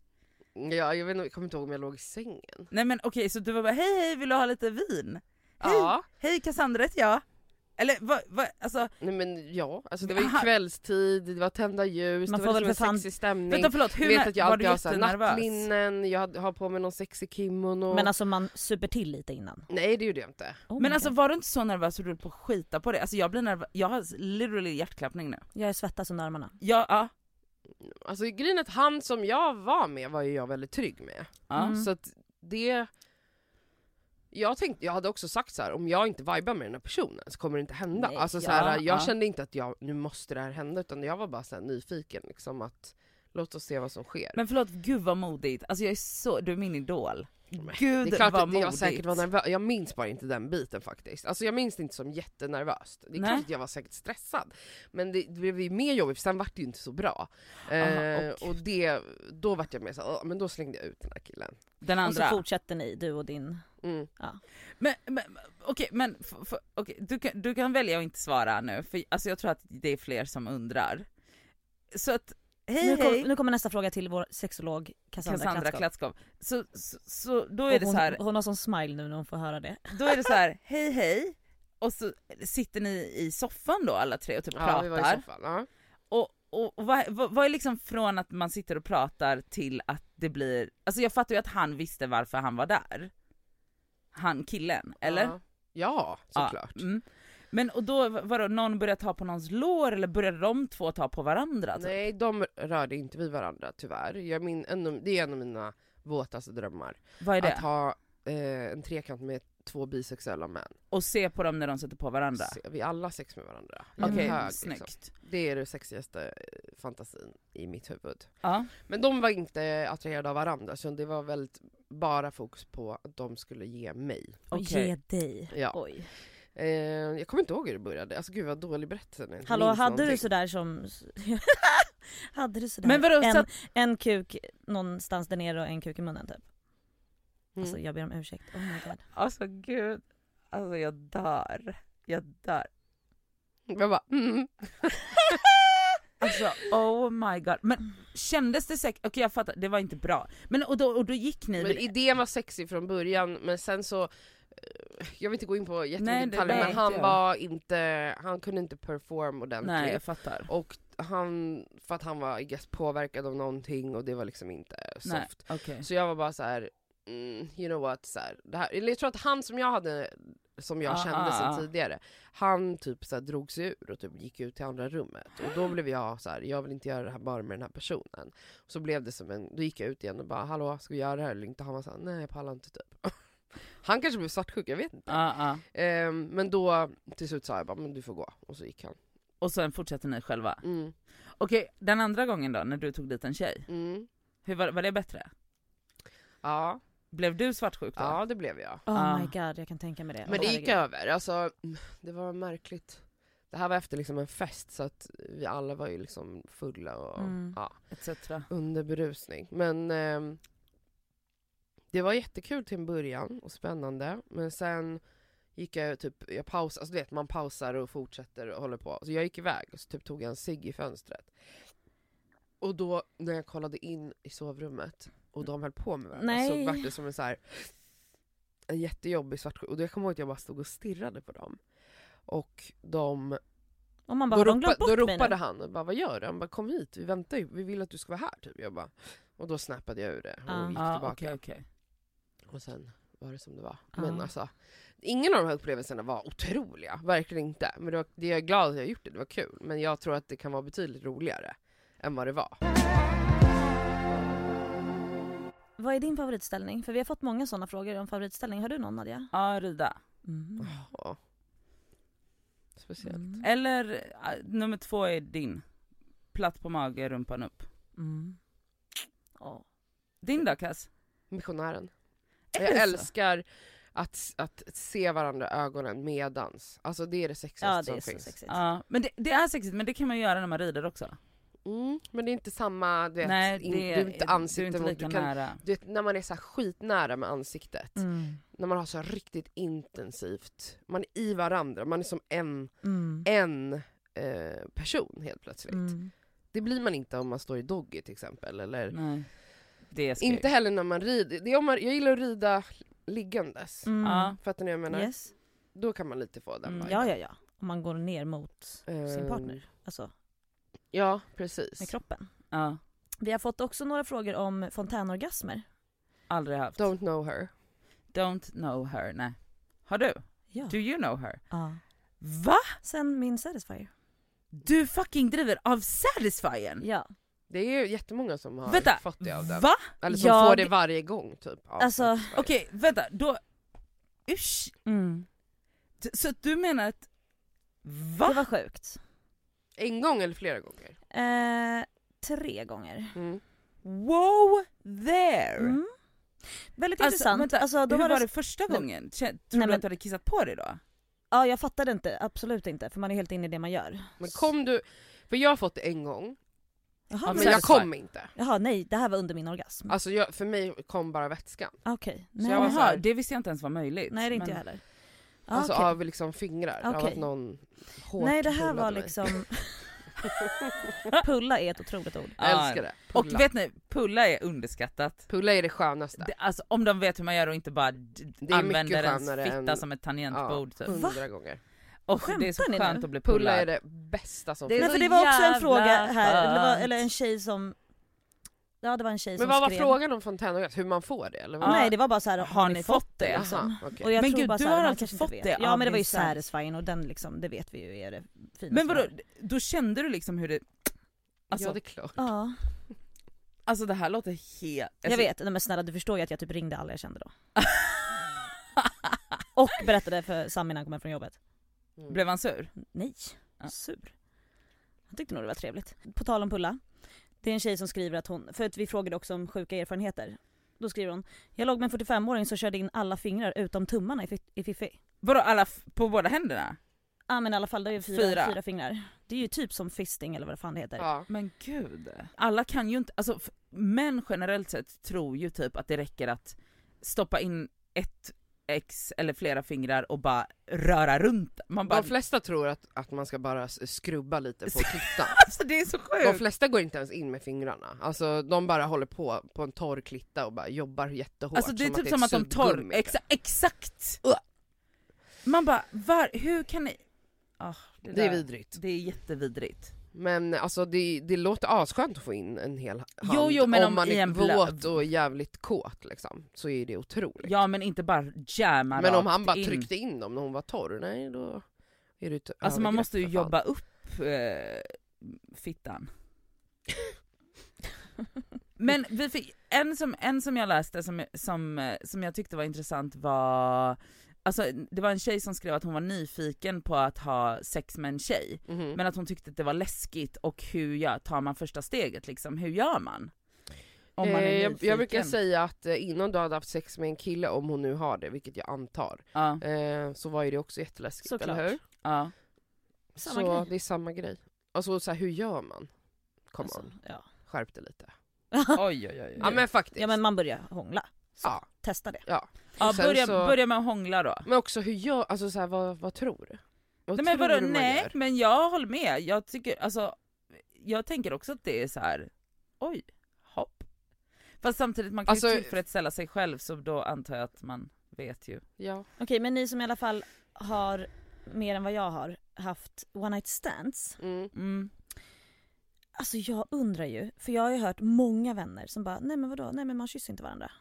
ja, jag, vet, inte- jag kommer inte ihåg om jag låg i sängen. Nej men okej så du var bara hej hej vill du ha lite vin? Hej, Ja, hej Cassandra heter jag. Eller vad, vad alltså nej men ja, alltså det var ju Aha. kvällstid, det var tända ljus, Man det får var väl liksom för fan- en sexig stämning. vänta förlåt, hur jag vet att jag var du alltid har så här jättenervös? nattlinnen, jag hade- har på mig någon sexig kimono. Men alltså man super till lite innan. Nej det gjorde jag inte. Oh my Men alltså God. var du inte så nervös att du höll på att skita på dig? Alltså jag blir nervös, jag har literally hjärtklappning nu. Jag är svettas under armarna. Ja, ja. Alltså grejen är att han som jag var med var ju jag väldigt trygg med. ja. Mm. Så att det... Jag, tänkte, jag hade också sagt så här: om jag inte vibar med den här personen så kommer det inte hända. Nej, alltså, så ja, här, jag ja. kände inte att jag, nu måste det här hända, utan jag var bara så här, nyfiken. Liksom, att, låt oss se vad som sker. Men förlåt, gud vad modigt. Alltså jag är så, du är min idol. Gud det är klart vad att modigt. jag säkert var nervös, jag minns bara inte den biten faktiskt. Alltså jag minns det inte som jättenervöst. Det är Nej. klart att jag var säkert stressad. Men det, det blev ju mer jobbigt för sen vart det ju inte så bra. eh, och- och det, då vart jag mer såhär, "Åh", men då slängde jag ut den här killen. Den Och så andra. fortsätter ni, du och din. Mm. Men, men okej, men f- f- okej, du, kan, du kan välja att inte svara nu för alltså jag tror att det är fler som undrar. Så att, hej Nu, hej. kom, nu kommer nästa fråga till vår sexolog Cassandra, Cassandra Cassandra Klatskov. Klatskov. Så, så, så då Och är det hon, så här, hon har sån smile nu när hon får höra det. då är det så här, hej hej. Och så sitter ni i soffan då alla tre och typ Ja, pratar. vi var i soffan. Ja. Och, och, och vad, vad, vad är liksom från att man sitter och pratar till att det blir, alltså jag fattar ju att han visste varför han var där. Han killen, eller? Ja, ja såklart. Ja, mm. Men och då, vadå, någon började ta på någons lår eller började de två ta på varandra? typ? Nej, de rörde inte vid varandra tyvärr. Jag min, en, av- det är en av mina våtaste drömmar. Vad är det? Att ha eh, en trekant med två bisexuella män. Och se på dem när de sätter på varandra? Se, vi alla har sex med varandra. i en Okej, hög, snyggt. liksom. Det är det sexigaste eh, fantasin i mitt huvud. Ja. Men de var inte attraherade av varandra, så det var väldigt bara fokus på att de skulle ge mig. Och Okej. ge dig. Ja. Oj. Eh, jag kommer inte ihåg hur det började, alltså gud vad dålig berättelse. när jag inte Hallå minns hade du någonting. sådär som... [laughs] hade du sådär Men vadå, en, så att, en kuk någonstans där nere och en kuk i munnen typ? Mm. Alltså jag ber om ursäkt. Oh my god. alltså gud, alltså jag dör. Jag dör. Jag bara, [laughs] mm. Alltså oh my god. Men kändes det säkert, okej jag fattar, det var inte bra. Men och då, och då gick ni Men idén var sexig från början men sen så, eh, jag vill inte gå in på Nej, jättemycket det detaljer men vet han jag. var inte, han kunde inte perform ordentligt. Nej jag fattar. Och han, för att han var I guess, påverkad av någonting och det var liksom inte soft. Nej, okej. Så jag var bara så här. Mm, you know what, så här, det här, eller jag tror att han som jag hade, som jag Ah, kände ah, sen ah. tidigare, han typ så här, drog sig ur och typ gick ut till andra rummet. Och då blev jag så här, jag vill inte göra det här bara med den här personen. Så blev det som en, då gick jag ut igen och bara hallå, ska vi göra det här eller inte? Han var såhär, nej jag pallar inte typ. [laughs] Han kanske blev svartsjuk, jag vet inte. Ja, ja. Ehm, men då till slut sa jag bara, men du får gå. Och så gick han. Och sen fortsätter ni själva. Mm, Okej, den andra gången då när du tog dit en tjej, mm. hur var, var det bättre? Ja, Blev du svartsjuk då? ja, det blev jag. Oh Ah. my god jag kan tänka mig det. Men det Åh, gick herregud. över, alltså [sniffs] mm, det var märkligt. Det här var efter liksom en fest så att vi alla var ju liksom fulla och Mm. ja, Etc. under berusning. Men ehm, det var jättekul till en början och spännande men sen gick jag typ, jag pausade, alltså du vet man pausar och fortsätter och håller på. Så jag gick iväg och så typ tog jag en cigg i fönstret. Och då när jag kollade in i sovrummet och de höll på med varandra Nej. så vart det som en så här en jättejobbig svartsjuk, och jag kommer ihåg att jag bara stod och stirrade på dem. Och de, Och man bara, då, har de ropa, glömt då bort mig ropade nu? han och bara vad gör du? Han bara kom hit, vi väntar ju, vi vill att du ska vara här typ. Jag bara, och då snappade jag ur det och Ah. gick Ja, tillbaka. okej, okej. Och sen var det som det var. Ja. Men alltså, ingen av de här upplevelserna var otroliga, verkligen inte. Men det, var, det är jag är glad att jag gjort det, det var kul. Men jag tror att det kan vara betydligt roligare än vad det var. Vad är din favoritställning? För vi har fått många sådana frågor om favoritställning. Har du någon Nadja? Ja, rida. Mm. Ja. Speciellt. Mm. Eller eh, nummer två är din. Platt på mage, rumpan upp. Mm. Ja. Din då Cass? Missionären. Är Jag det så? älskar att, att se varandra i ögonen medans. Alltså det är det sexigaste ja, det som är så finns. sexigt. Ja, men det, det är sexigt men det kan man ju göra när man rider också. Mm, men det är inte samma, du vet, Nej, in, du är inte du är ansikte inte mot, lika du kan, nära. du vet, när man är så här skitnära med ansiktet, Mm. när man har så här riktigt intensivt, man är i varandra, man är som en, Mm. en eh, person helt plötsligt. Mm. Det blir man inte om man står i doggy till exempel, eller Nej. Det är skräck. inte heller när man rider. Det är om man, jag gillar att rida liggandes, Mm. Ja. fattar ni vad jag menar? Yes. Då kan man lite få den Mm. viben. Ja, ja, ja. Om man går ner mot sin Ehm, partner. Alltså Ja, precis. med kroppen. Ja, Vi har fått också några frågor om fontänorgasmer. aldrig haft. Don't. Don't know her. know her, nej. Har du? Ja. Do you know her? ja. Va? Sen min Satisfyer. Du fucking driver av Mm. Satisfyern? Ja. Det är ju jättemånga som har Vänta, fått det av den. Va? Eller som Jag- får det varje gång typ. Ja, Alltså, faktiskt. Okej, vänta, då... Usch! Mm. D- Så att du menar att... Det Va? var sjukt. En gång eller flera gånger. Eh, tre gånger. Mm. Wow there! Mm. Väldigt Alltså, intressant. vänta, alltså, då Hur var det... var det första men- gången? Kä- Tror du men- att du hade kissat på dig då? Ja, jag fattade inte. Absolut inte. För man är helt inne i det man gör. Men kom du, för jag har fått det en gång, Jaha, Ja, men men jag satisfy. kom inte. Jaha, nej. Det här var under min orgasm. Alltså jag, för mig kom bara vätskan. Okej. Nej. jag var så Jaha, här- det visste jag inte ens var möjligt. nej, det är inte men- jag heller. Ah, Alltså okej. av liksom fingrar, av Okej. att någon hårt nej, det här pullade var mig. [laughs] liksom... [laughs] Pulla är ett otroligt ord. Jag älskar Ja. det. Och Pulla. vet ni, pulla är underskattat. Pulla är det skönaste. Det, alltså om de vet hur man gör och inte bara d- mycket använder ens skönare fitta än- som ett tangentbord typ. hundra gånger. Och det är så Mm. Skämtar ni skönt nu? att bli pullad. Pulla är det bästa som Det är finns. Nej, så för det var också jävla en fråga här, det var, skönt. eller en tjej som... Ja det var en tjej Men som vad var skrev. frågan om fontänorgasm? Hur man får det? Eller vad? Ja, Nej det var bara så här, har, Har ni fått det? Jaha, Liksom. okej. Och jag Men tror gud, bara du så här, har man alltså kanske inte fått vet. det Ja av men det var ju Vincent. satisfying och den liksom, det vet vi ju är det finaste. Men vadå, man- då kände du liksom hur det... Alltså, ja det är klart. Ja, alltså det här låter alltså- helt... jag [laughs] vet. Nej, men snälla du förstår ju att jag typ ringde alla jag kände då. Och berättade för Sami när han kom hem från jobbet. Mm. Blev han sur? Nej, Ja. sur. Han tyckte nog det var trevligt. På tal om pulla. Det är en tjej som skriver att hon, för att vi frågade också om sjuka erfarenheter. Då skriver hon, jag låg med en 45-åring som körde in alla fingrar utom tummarna i, fi- i fiffi. Vadå alla f- på båda händerna? Ja men i alla fall det är ju fyra, Fyra. fyra. fingrar. Det är ju typ som fisting eller vad fan det heter. Ja. Men gud. Alla kan ju inte, alltså f- män generellt sett tror ju typ att det räcker att stoppa in ett ex eller flera fingrar och bara röra runt. Man bara, De flesta tror att, att man ska bara s- skrubba lite på [laughs] klittan. [laughs] alltså det är så De sjukt. flesta går inte ens in med fingrarna. Alltså de bara håller på på en torr klitta och bara jobbar jättehårt. Alltså det är typ som att ett de tar, suddgummi. exa, exakt! Ugh. Man bara, var, hur kan ni? Ah, det, Det är där- vidrigt. Det är jättevidrigt. Men alltså det, det låter asskönt att få in en hel hand. Jo, jo, men om- man i är en blöd. våt och jävligt kåt liksom, så är det otroligt. Ja men inte bara jamma men om rakt han bara in. tryckte in dem när hon var torr, nej då är det ett Alltså man övergrepp måste ju för fan. jobba upp eh, [laughs] fittan. Men vi fick, en, som, en som jag läste som, som, eh, som jag tyckte var intressant var Alltså det var en tjej som skrev att hon var nyfiken på att ha sex med en tjej, Mhm. men att hon tyckte att det var läskigt och hur gör, tar man första steget liksom, hur gör man? Om man Eh, är jag, jag brukar nyfiken. säga att eh, innan du hade haft sex med en kille, om hon nu har det, vilket jag antar, Ja, eh, så var ju det också jätteläskigt, Såklart. eller hur? ja. [laughs] Samma så grej. det är samma grej. Alltså så här, hur gör man? Come Alltså, on, ja. skärp dig lite. Oj, oj, oj. Ja men faktiskt. [laughs] ja men man börjar hångla. Så, Ja. Testa det. ja, sen börja, så- börja med att hångla då. Men också hur gör, alltså så här, vad, vad tror du? Vad nej men tror vadå, du man nej gör? men jag håller med. Jag tycker, alltså, jag tänker också att det är så här. oj, hopp. Fast samtidigt man kan ju Alltså- tillfredsställa sig själv så då antar jag att man vet ju. Ja. Okej men ni som i alla fall har mer än vad jag har haft one night stands. Mm. Mm. Alltså jag undrar ju, för jag har ju hört många vänner som bara nej men vadå, nej men man kysser inte varandra.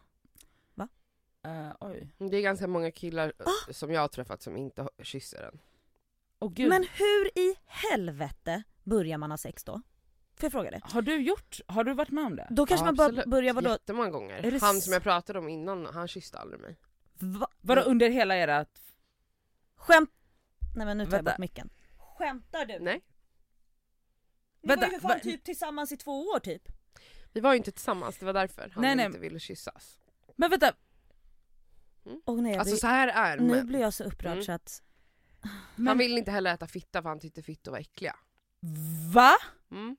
Eh, oj. Det är ganska många killar eh, som jag har träffat som inte har- kysser den. Åh gud. Men hur i helvete börjar man ha sex då? Får jag fråga det? Har du gjort, har du varit med om det? Då kanske Ja, man bara absolut. börjar vadå? Jättemånga Är det gånger. Han s- som jag pratade om innan, han kysste aldrig mig. Va? Vadå under hela era... Skämt... Nej men nu tar jag Vänta. bort micken. Skämtar du? Nej. Ni Vänta, var ju för va- fan typ tillsammans i två år typ. Vi var ju inte tillsammans, det var därför han Nej, nej. inte ville kyssas. Men vänta, Och nej, jag Alltså blir, så här är nu män. blir jag så upprörd Mm. så att... men- Han ville inte heller äta fitta för han tyckte fittor var äckliga. va? Mm.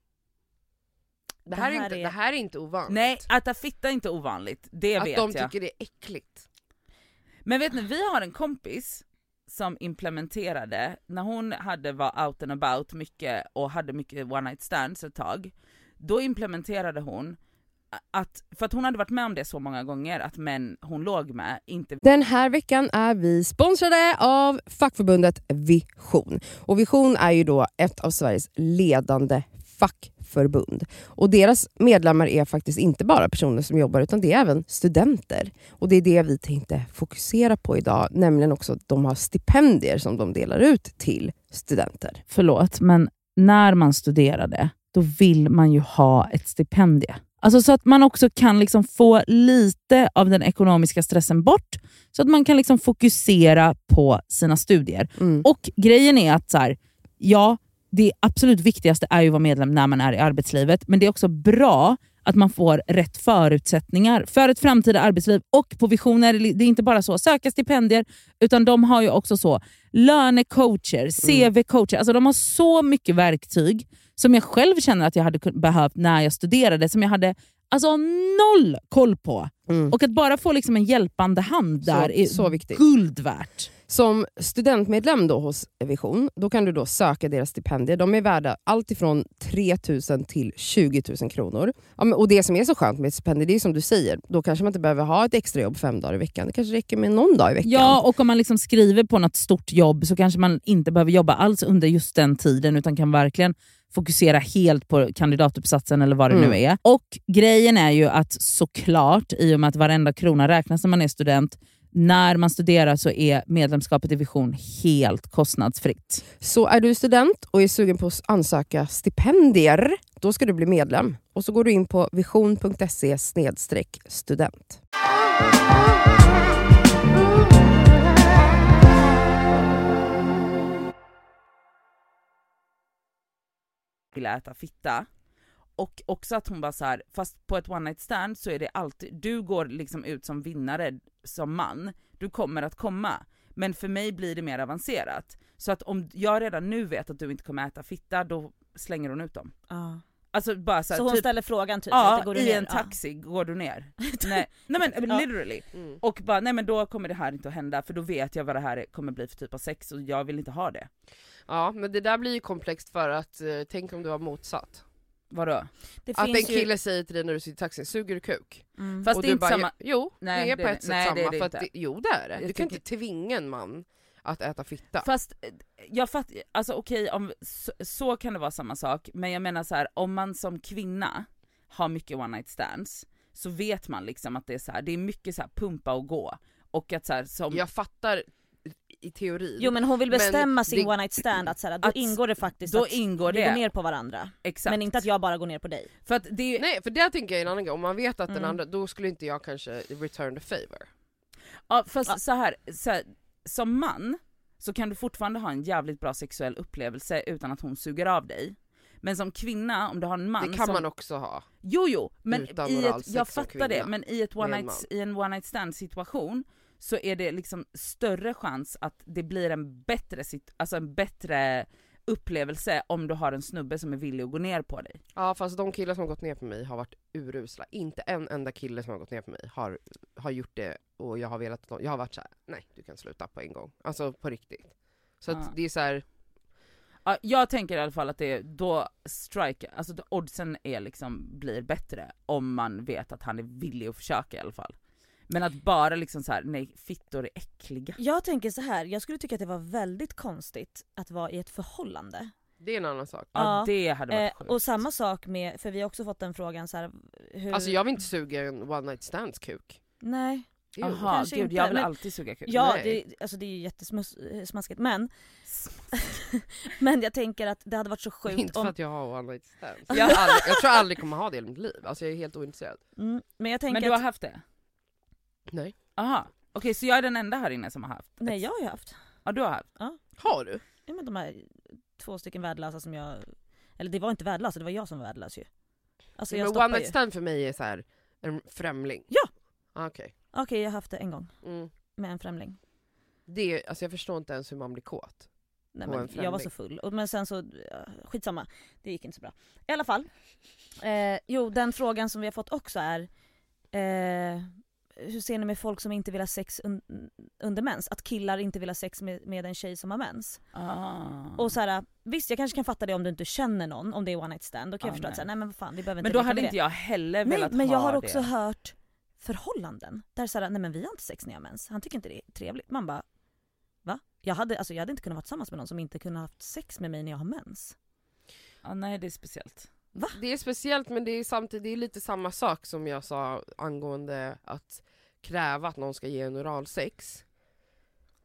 Det, här är inte, det här är inte ovanligt. Nej, äta fitta är inte ovanligt, det att vet de jag. tycker det är äckligt. Men vet ni, vi har en kompis som implementerade, när hon hade var out and about mycket och hade mycket one night stands ett tag, då implementerade hon att, för att hon hade varit med om det så många gånger, att män hon låg med inte Den här veckan är vi sponsrade av fackförbundet Vision. Och Vision är ju då ett av Sveriges ledande fackförbund. Och deras medlemmar är faktiskt inte bara personer som jobbar utan det är även studenter. Och det är det vi tänkte fokusera på idag, nämligen också att de har stipendier som de delar ut till studenter. förlåt, men när man studerade, då vill man ju ha ett stipendie. Alltså så att man också kan liksom få lite av den ekonomiska stressen bort, så att man kan liksom fokusera på sina studier. Mm. Och grejen är att så här, ja, det absolut viktigaste är ju att vara medlem när man är i arbetslivet, men det är också bra att man får rätt förutsättningar för ett framtida arbetsliv och på visioner. Det är inte bara så söka stipendier, utan de har ju också så lönecoacher, Mm. CV-coacher. Alltså de har så mycket verktyg som jag själv känner att jag hade kun- behövt när jag studerade, som jag hade alltså, noll koll på. Mm. Och att bara få liksom en hjälpande hand Så- där är så viktigt. guld värt. Som studentmedlem då hos Vision då kan du då söka deras stipendier. De är värda allt ifrån 3 000 till 20 000 kronor. Ja, men, och Det som är så skönt med ett stipendium det är som du säger, då kanske man inte behöver ha ett extrajobb fem dagar i veckan. Det kanske räcker med någon dag i veckan. Ja, och om man liksom skriver på något stort jobb så kanske man inte behöver jobba alls under just den tiden utan kan verkligen fokusera helt på kandidatuppsatsen eller vad det Mm. nu är. Och grejen är ju att såklart, i och med att varenda krona räknas när man är student, när man studerar så är medlemskapet i Vision helt kostnadsfritt. Så är du student och är sugen på att ansöka stipendier, då ska du bli medlem. Och så går du in på vision.se snedstreck student. Vill äta fitta. Och också att hon bara så här, fast på ett one night stand så är det alltid, du går liksom ut som vinnare som man, du kommer att komma. Men för mig blir det mer avancerat. Så att om jag redan nu vet att du inte kommer äta fitta, då slänger hon ut dem. Alltså bara så, Så, här, hon typ, ställer frågan typ? ja, inte går du i ner? en Ja. taxi, går [laughs] du ner? nej, nej men Ja. literally. Mm. Och bara, nej men då kommer det här inte att hända för då vet jag vad det här är- kommer bli för typ av sex och jag vill inte ha det. Ja men det där blir ju komplext för att, eh, tänk om du var motsatt. Vadå? Det Att en finns ju... kille säger till dig när du sitter i taxin, suger du kuk? Mm. Fast och det du är inte bara, samma, Jo, Nej, det är det på är ett det- sätt nej, det samma. är det för att inte. det, jo det är det. Jag Du kan tycker- inte tvinga en man att äta fitta. Fast eh, jag fattar, alltså okej, om, så, så kan det vara samma sak, men jag menar så här, om man som kvinna har mycket one night stands så vet man liksom att det är så här, det är mycket så här pumpa och gå. Och att så här, som, Jag fattar i teorin. Jo men hon vill Men bestämma sin det- one night stand att, så här, då Att- ingår det faktiskt då att ingår vi går det. ner på varandra. exakt. Men inte att jag bara går ner på dig. För att det, är- Nej för där tänker jag en annan grej, om man vet att den Mm. andra, då skulle inte jag kanske return the favor. ja, fast Ja. Så, här, så här, som man så kan du fortfarande ha en jävligt bra sexuell upplevelse utan att hon suger av dig. Men som kvinna, om du har en man det kan som man också ha. Jo, jo, men Utan i ett, oralsex jag som fattar det, kvinna. men i, ett one Med en night, i en one night stand situation så är det liksom större chans att det blir en bättre, sit- alltså en bättre upplevelse om du har en snubbe som är villig att gå ner på dig. Ja fast de killar som har gått ner på mig har varit urusla. Inte en enda kille som har gått ner på mig har, har gjort det och jag har velat jag har varit så här: nej du kan sluta på en gång. Alltså på riktigt. Så Ja. att det är så här. Ja, jag tänker i alla fall att det är då strike, alltså då oddsen är liksom, blir bättre om man vet att han är villig att försöka i alla fall. Men att bara liksom så här, nej fittor är äckliga. Jag tänker så här, jag skulle tycka att det var väldigt konstigt att vara i ett förhållande. Det är en annan sak. Ja, Ja. det hade varit Eh, sjukt. och samma sak med, för vi har också fått den frågan så här, hur... Alltså jag vill inte suga en one night stands kuk. Nej. Ew. Jaha, kanske gud inte, jag vill men- alltid suga kuk. Ja, Nej. det, alltså det är ju jättesmaskigt men, [laughs] men jag tänker att det hade varit så sjukt Inte för om... att jag har one night stands. Jag, har aldrig, jag tror jag aldrig kommer ha det i mitt liv. Alltså jag är helt ointresserad. Mm, men jag tänker Men du har att... haft det? Nej. Aha. okej så jag är den enda här inne som har haft? Nej jag har ju haft. Ja du har haft? Har du? Ja, men de här två stycken värdelösa som jag... Eller det var inte värdelösa, det var jag som var värdelös ju. Alltså jag men one stoppar ju. night stand för mig är så här en främling. Ja. Ah, Okej. Okej jag har haft det en gång Mm. med en främling. Det är, alltså jag förstår inte ens hur man blir kåt. Nej, På en men jag var främling. så full. Och- Men sen så, ja, skitsamma. Det gick inte så bra. I alla fall. Eh, jo, den frågan som vi har fått också är eh, Hur ser ni med folk som inte vill ha sex un- under mens? Att killar inte vill ha sex med, med en tjej som har mens. Ah. Och så här, visst jag kanske kan fatta det om du inte känner någon, om det är one night stand. Då kan Ah, jag förstå att nej. så här, nej men vad fan vi behöver inte men då leka hade med inte jag heller det. Nej, velat men jag ha har också det. hört förhållanden där så här, nej men vi har inte sex när jag har mens. Han tycker inte det är trevligt. Man bara, va? Jag hade, alltså, jag hade inte kunnat vara tillsammans med någon som inte kunnat ha haft sex med mig när jag har mens. Ja, nej det är speciellt. Det är speciellt men det är samtidigt det är lite samma sak som jag sa angående att kräva att någon ska ge en oralsex.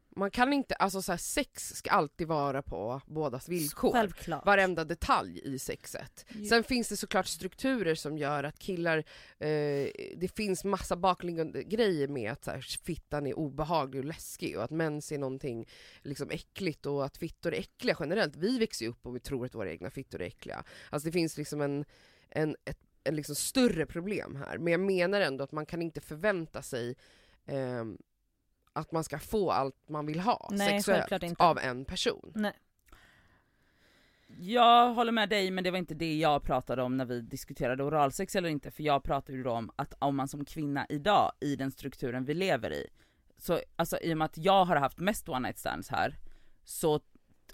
Man kan inte, alltså så här, sex ska alltid vara på bådas villkor. Självklart. varenda detalj i sexet. Sen finns det såklart strukturer som gör att killar, eh, det finns massa bakliggande grejer med att så här, fittan är obehaglig och läskig och att mens är någonting liksom äckligt och att fittor är äckliga generellt. Vi växer ju upp och vi tror att våra egna fittor är äckliga. Alltså det finns liksom en, en, ett, en liksom större problem här. Men jag menar ändå att man kan inte förvänta sig ehm, att man ska få allt man vill ha Nej, självklart sexuellt inte. av en person. Nej. Jag håller med dig men det var inte det jag pratade om när vi diskuterade oralsex eller inte för jag pratade ju då om att om man som kvinna idag i den strukturen vi lever i så alltså i och med att jag har haft mest one night stands här så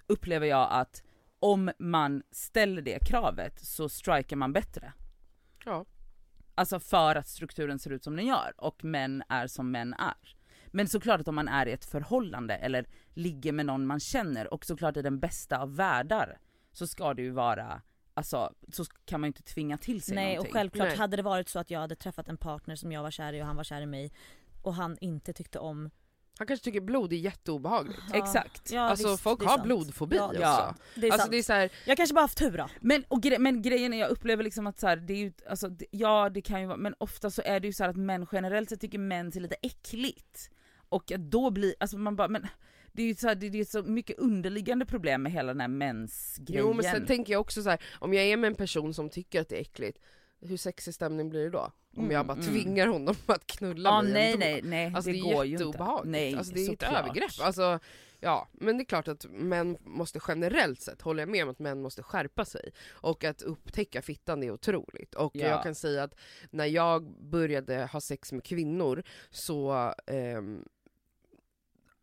upplever jag att om man ställer det kravet så strikar man bättre. Ja. Alltså för att strukturen ser ut som den gör och män är som män är. Men såklart att om man är i ett förhållande eller ligger med någon man känner och såklart i den bästa av världar så ska det ju vara, alltså så kan man ju inte tvinga till sig Nej någonting. och självklart Nej. hade det varit så att jag hade träffat en partner som jag var kär i och han var kär i mig och han inte tyckte om... Han kanske tycker blod är jätteobehagligt. Ja. Exakt. Ja, alltså visst, folk det är har sant. blodfobi Ja, också. ja. Det är alltså sant. det är så här, Jag kanske bara haft tur då. Men, och gre- men grejen är, jag upplever liksom att så här, det är ju, alltså, det, ja det kan ju vara, men ofta så är det ju så här att män generellt sett tycker män är lite äckligt. Och att då blir, alltså man bara, men det är ju så, här, det, det är så mycket underliggande problem med hela den här mensgrejen. jo men sen tänker jag också så här, om jag är med en person som tycker att det är äckligt, hur sexig stämning blir det då? Om jag bara Mm, mm. tvingar honom att knulla Ja, mig nej ändå. nej nej, Alltså det, det, går är ju inte. jätteobehagligt, Nej, alltså det är ett såklart. övergrepp. Alltså, ja. Men det är klart att män måste generellt sett, håller jag med om att män måste skärpa sig. Och att upptäcka fittan är otroligt. Och Ja. jag kan säga att när jag började ha sex med kvinnor så ehm,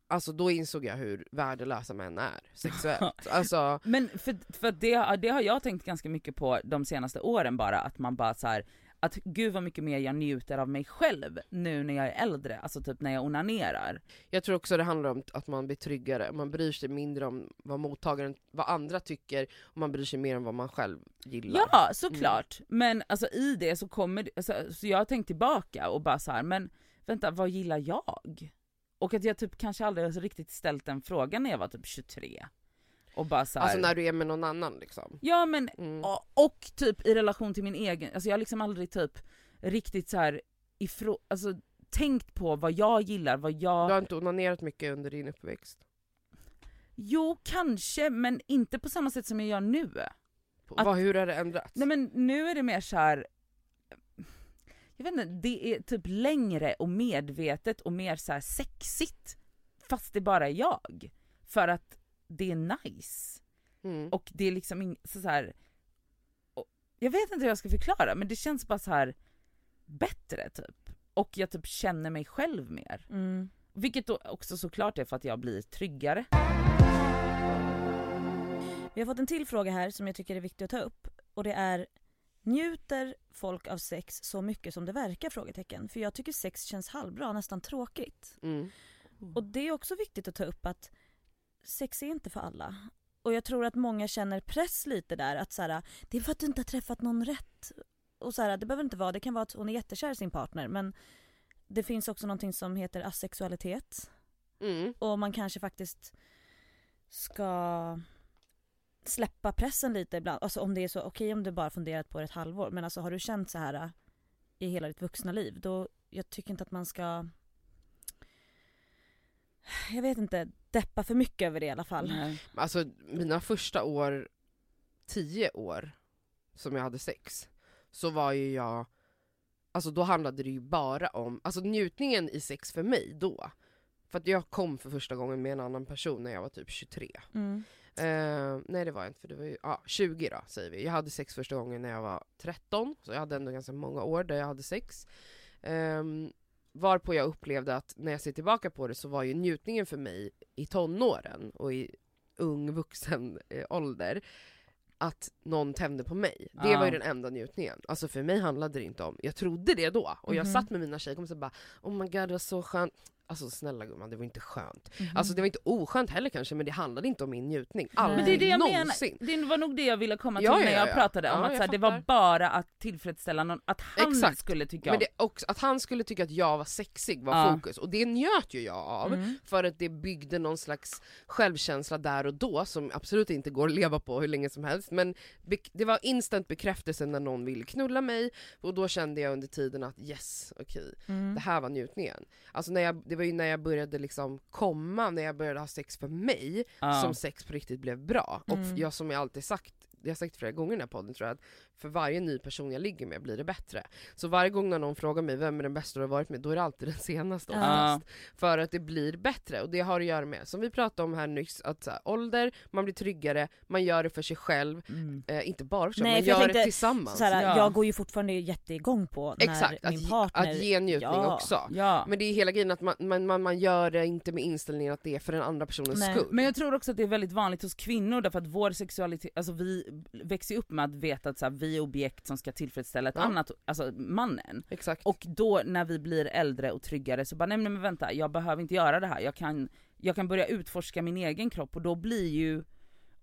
Alltså då insåg jag hur värdelösa män är [laughs] sexuellt. Alltså, Men för, för att det, det har jag tänkt ganska mycket på de senaste åren bara, att man bara så här att gud vad mycket mer jag njuter av mig själv nu när jag är äldre, alltså typ när jag onanerar. Jag tror också det handlar om att man blir tryggare, man bryr sig mindre om vad mottagaren, vad andra tycker, och man bryr sig mer om vad man själv gillar. Ja såklart, Mm. men alltså i det så kommer det, alltså, så jag har tänkt tillbaka och bara så här, men vänta vad gillar jag? Och att jag typ kanske aldrig har så riktigt ställt den frågan när jag var typ 23. Och bara så här, Alltså när du är med någon annan liksom. ja men Mm. Ja, och typ i relation till min egen, alltså jag har liksom aldrig typ riktigt så här ifrå, alltså tänkt på vad jag gillar, vad jag... Du har inte onanerat mycket under din uppväxt? Jo kanske, men inte på samma sätt som jag gör nu. På- Att- Vad, hur har det ändrats? Nej men nu är det mer så här. jag vet inte, det är typ längre och medvetet och mer så här sexigt. Fast det bara är jag. För att det är nice. mm. Och det är liksom in, så, så här. Och, jag vet inte hur jag ska förklara men det känns bara så här bättre typ. Och jag typ känner mig själv mer. Mm. Vilket då också såklart är för att jag blir tryggare. Vi har fått en till fråga här som jag tycker är viktig att ta upp och det är Njuter folk av sex så mycket som det verkar? Frågetecken. För jag tycker sex känns halvbra, nästan tråkigt. Mm. Och det är också viktigt att ta upp att sex är inte för alla. Och jag tror att många känner press lite där att så här, det är för att du inte har träffat någon rätt. Och så här, det behöver inte vara, det kan vara att hon är jättekär i sin partner men det finns också någonting som heter asexualitet. Mm. Och man kanske faktiskt ska släppa pressen lite ibland. Alltså om det är så, okej om du bara funderat på det ett halvår men alltså har du känt så här äh, i hela ditt vuxna liv då jag tycker inte att man ska jag vet inte, deppa för mycket över det i alla fall. Nej. Alltså mina första år, tio år, som jag hade sex, så var ju jag, alltså då handlade det ju bara om, alltså njutningen i sex för mig då, för att jag kom för första gången med en annan person när jag var typ 23. Mm. Eh, nej det var jag inte, för det var ju ja, 20 då säger vi. Jag hade sex första gången när jag var 13, så jag hade ändå ganska många år där jag hade sex. Ehm, varpå jag upplevde att när jag ser tillbaka på det så var ju njutningen för mig i tonåren och i ung vuxen eh, ålder att någon tände på mig. Det Ja. var ju den enda njutningen. Alltså för mig handlade det inte om, jag trodde det då och jag Mhm. satt med mina tjejkompisar och bara oh my god det var så skönt. Alltså snälla gumman det var inte skönt. Mhm. Alltså det var inte oskönt heller kanske men det handlade inte om min njutning. Aldrig Men det är det jag någonsin. menar, det var nog det jag ville komma till Ja, ja, när jag ja. pratade om Ja, att jag så här, det var fattar. bara att tillfredsställa någon, att han Exakt. skulle tycka om. Men det, också, att han skulle tycka att jag var sexig var Ja. fokus och det njöt ju jag av Mm. Mm. för att det byggde någon slags självkänsla där och då som absolut inte går att leva på hur länge som helst men be- det var instant bekräftelse när någon ville knulla mig och då kände jag under tiden att yes, okej Mm. det här var njutningen. Alltså när jag, det var ju när jag började liksom komma, när jag började ha sex för mig Ja. som sex på riktigt blev bra. Mm. Och jag som jag alltid sagt, jag har sagt flera gånger i den här podden tror jag, att för varje ny person jag ligger med blir det bättre. Så varje gång när någon frågar mig vem är den bästa du har varit med, då är det alltid den senaste Ja. oftast. För att det blir bättre och det har att göra med, som vi pratade om här nyss, att så här, ålder, man blir tryggare, man gör det för sig själv, Mm. eh, inte bara för sig Nej, själv, man för jag gör det tänkte tillsammans. Så här, Ja. Jag går ju fortfarande jätteigång på när Exakt, att, min ge- partner... att ge njutning Ja. också. Ja. Men det är hela grejen att man, man, man, man gör det inte med inställningen att det är för den andra personens Nej. skull. Men jag tror också att det är väldigt vanligt hos kvinnor därför att vår sexualitet, alltså vi växer ju upp med att veta att så här, vi är objekt som ska tillfredsställa ett Ja. annat, alltså mannen. Exakt. Och då när vi blir äldre och tryggare så bara nej men vänta jag behöver inte göra det här, jag kan, jag kan börja utforska min egen kropp och då blir ju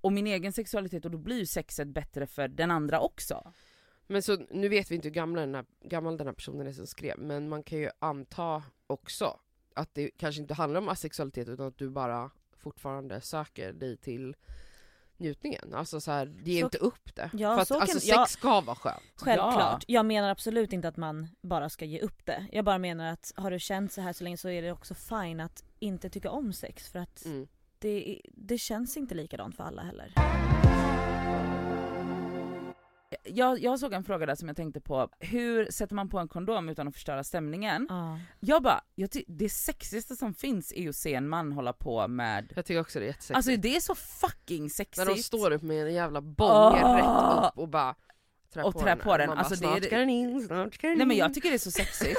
och min egen sexualitet och då blir ju sexet bättre för den andra också. Men så, nu vet vi inte hur gamla den här, gammal den här personen är som skrev, men man kan ju anta också att det kanske inte handlar om asexualitet utan att du bara fortfarande söker dig till njutningen. Alltså så här, ge Så- inte upp det. Ja, För att så kan- alltså, sex ja. ska vara skönt. Självklart. Jag menar absolut inte att man bara ska ge upp det. Jag bara menar att har du känt så här så länge så är det också fine att inte tycka om sex för att Mm. det, är- det känns inte likadant för alla heller. Jag, jag såg en fråga där som jag tänkte på, hur sätter man på en kondom utan att förstöra stämningen? Ja. Jag bara, jag ty- det sexigaste som finns är ju att se en man hålla på med Jag tycker också det är jättesexigt. Alltså det är så fucking sexigt! När de står upp med en jävla bånge Åh! rätt upp och bara trär Och på trär den. på här. den. Man Alltså, bara, det är snart det- ska den in, snart ska den Nej men in. jag tycker det är [laughs] så sexigt.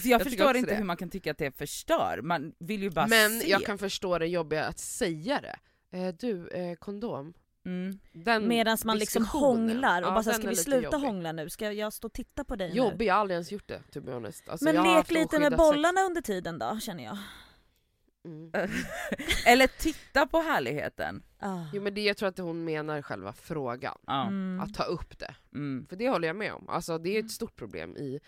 Så jag, tycker förstår också inte det. hur man kan tycka att det förstör, man vill ju bara men se. jag kan förstå det jobbiga att säga det. Eh, du, eh, kondom. Mm. Den Medan man liksom diskussionen. hånglar och Ja, bara så här, den ska är vi lite sluta jobbig. hångla nu? Ska jag stå och titta på dig nu? Jobbig, jag har aldrig ens gjort det to be honest. Alltså, jag Men har haft lek lite med oskyddat bollarna under tiden då känner jag. sex. Mm. Eller titta på härligheten. Ah. Jo men det jag tror att hon menar själva frågan, Ja. Mm. att ta upp det. Mm. För det håller jag med om, alltså det är ett stort problem i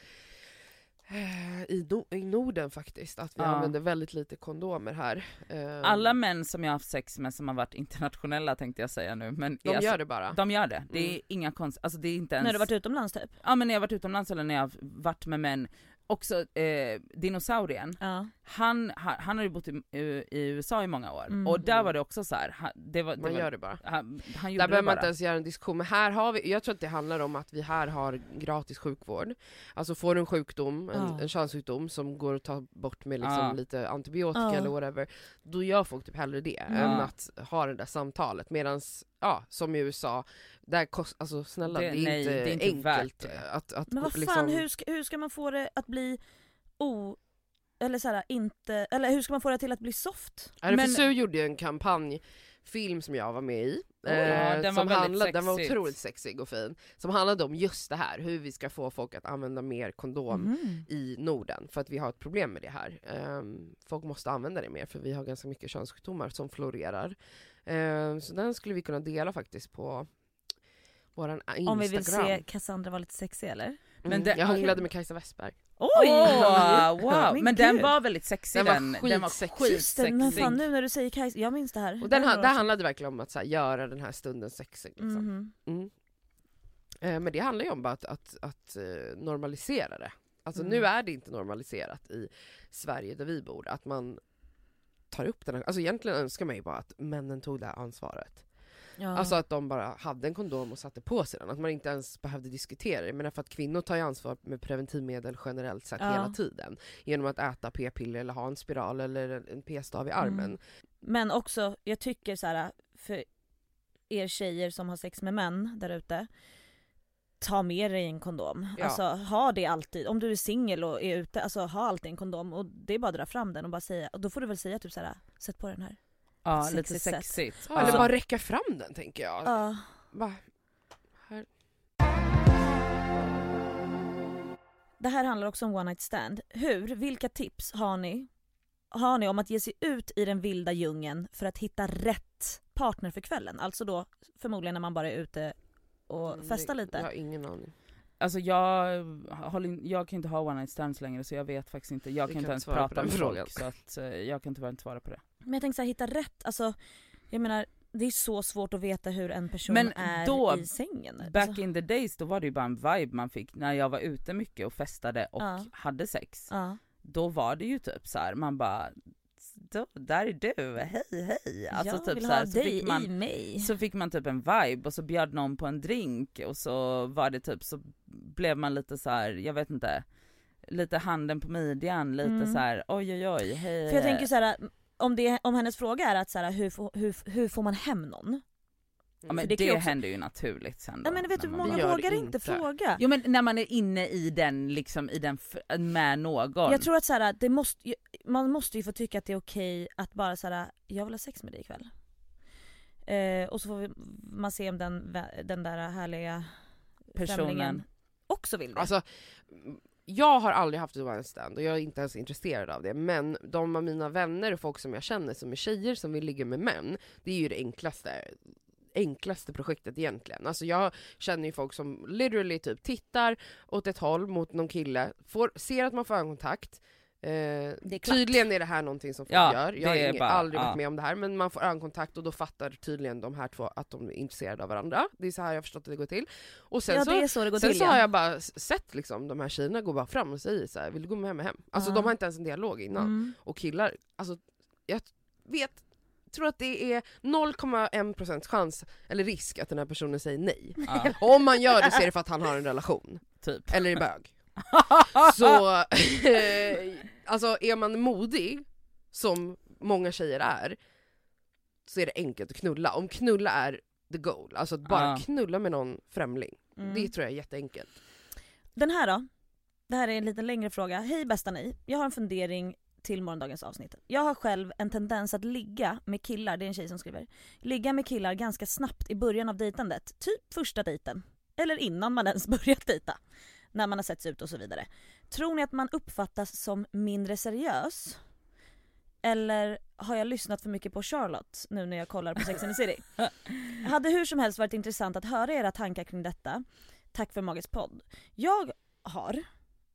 eh, i, no- I Norden faktiskt, att vi Ja. använder väldigt lite kondomer här. Eh, Alla män som jag har haft sex med som har varit internationella tänkte jag säga nu men de är gör alltså, det bara. de gör det. Det är Mm. inga konst, alltså det är inte ens... När du varit utomlands typ? Ja men när jag har varit utomlands eller när jag har varit med män, också eh, dinosaurien. Ja. han, han, han har ju bott i, eh, i, i USA i många år Mm. och där var det också så här, han, det var, det Man var, gör det bara. Han, han gjorde Där det behöver man bara. inte ens göra en diskussion, men här har vi, jag tror att det handlar om att vi här har gratis sjukvård. Alltså får du en sjukdom, en, Ja. en könssjukdom som går att ta bort med liksom Ja. lite antibiotika Ja. eller whatever, då gör folk typ hellre det Mm. än Ja. att ha det där samtalet. Medan, ja, som i USA, där kost, alltså snälla det, Det- är nej, inte det är inte värt enkelt det. att, att Men vad fan, liksom, hur, ska, hur ska man få det att bli o... Eller så här, inte... Eller hur ska man få det till att bli soft? RFSU Men- gjorde ju en kampanj film som jag var med i. eh, Oj. Ja, den var som väldigt handlade, den var sexigt. otroligt sexig och fin. Som handlade om just det här, hur vi ska få folk att använda mer kondom Mhm. i Norden, för att vi har ett problem med det här. Ehm, folk måste använda det mer, för vi har ganska mycket könssjukdomar som florerar. Ehm, så den skulle vi kunna dela faktiskt på vår Instagram. Om vi vill se Cassandra vara lite sexig eller? mm, Men det- jag hånglade med Kajsa Westberg. Oj! Åh, wow. Men Men, den gud. var väldigt sexig Den den. var den var skitsexig. Just det, men skitsexig. fan nu när du säger Kajsa, jag minns det här. Och den, här ha- det handlade verkligen om att så här, göra den här stunden sexig. Liksom. Mhm. Mm. Eh, Men det handlar ju om bara att, att, att eh, normalisera det. Alltså Mm. nu är det inte normaliserat i Sverige där vi bor, att man tar upp den här, alltså egentligen önskar man ju bara att männen tog det här ansvaret. Ja. Alltså att de bara hade en kondom och satte på sig den, att man inte ens behövde diskutera det. Men för att kvinnor tar ju ansvar med preventivmedel generellt sett Ja. hela tiden. Genom att äta p-piller eller ha en spiral eller en- en p-stav i armen. Mm. Men också, jag tycker så här för er tjejer som har sex med män där ute. Ta med dig en kondom. Ja. Alltså ha det alltid. Om du är singel och är ute, alltså ha alltid en kondom. Och det är bara att dra fram den och bara säga, och då får du väl säga typ så här: sätt på den här. Ja, lite Sexigt sätt. sexigt. Alltså, Ja, Eller Ja. bara räcka fram den tänker jag. Ja. Bara, här. Det här handlar också om one night stand. Hur, vilka tips har ni? Har ni om att ge sig ut i den vilda djungeln för att hitta rätt partner för kvällen? Alltså då förmodligen när man bara är ute och Mm, festar det- Jag lite. har ingen aning. Alltså jag, håller in, jag kan inte ha one night stands längre så jag vet faktiskt inte, jag Du kan kan, inte ens inte svara på prata den med frågan. folk så att eh, jag kan tyvärr inte svara på det. Men jag tänkte så här, hitta rätt, alltså jag menar det är så svårt att veta hur en person Men är då- i sängen. Back alltså, in the days då var det ju bara en vibe man fick när jag var ute mycket och festade och Ja. hade sex. ja. Då var det ju typ så här, man bara då, där är du, hej hej. Alltså jag typ vill så här, ha så dig fick man i mig. så fick man typ en vibe och så bjöd någon på en drink och så var det typ så blev man lite så här, jag vet inte, lite handen på midjan, lite Mm. så här oj oj oj, hej. För jag tänker så här, om, det, om hennes fråga är att så här, hur, får- hur, hur får man hem någon? ja, det men det kan ju också- händer ju naturligt sen då, Nej men vet du, när man många blir- Gör det vågar inte, inte. fråga. Jo men när man är inne i den liksom, i den f- med någon. Jag tror att så här, det måste, ju- man måste ju få tycka att det är okej att bara så här, jag vill ha sex med dig ikväll. Eh, och så får vi, man se om den, vä- den där härliga Personen. främlingen också vill det. Alltså, jag har aldrig haft ett one stand och jag är inte ens intresserad av det. Men de av mina vänner och folk som jag känner som är tjejer som vill ligga med män, det är ju det enklaste enklaste projektet egentligen. Alltså jag känner ju folk som literally typ tittar åt ett håll mot någon kille, får, ser att man får ögonkontakt. Eh, är klart. tydligen är det här någonting som folk Ja, gör, jag det har är ingen- bara- aldrig ja. varit med om det här, men man får ögonkontakt och då fattar tydligen de här två att de är intresserade av varandra. Det är så här jag har förstått att det går till. Och sen ja så det är så det går Sen till så har ja. jag bara s- sett liksom, de här tjejerna gå bara fram och säger så här, vill du gå med mig hem? Alltså Ja. de har inte ens en dialog innan. Mm. Och killar, alltså jag t- vet, tror att det är 0,1% chans eller risk att den här personen säger nej. ja, Och om man gör det så är det för att han har en [laughs] relation, typ. eller är bög. Så, [laughs] eh, alltså är man modig, som många tjejer är, så är det enkelt att knulla. Om knulla är the goal, alltså att bara Ja. knulla med någon främling. Mm. Det tror jag är jätteenkelt. Den här då? Det här är en lite längre fråga. Hej bästa ni, jag har en fundering till morgondagens avsnitt. Jag har själv en tendens att ligga med killar, det är en tjej som skriver, ligga med killar ganska snabbt i början av dejtandet, typ första dejten. Eller innan man ens [laughs] börjat dejta. När man har setts ut och så vidare. Tror ni att man uppfattas som mindre seriös? Eller har jag lyssnat för mycket på Charlotte nu när jag kollar på Sex and the City? Hade hur som helst varit intressant att höra era tankar kring detta. Tack för Magisk podd. Jag har,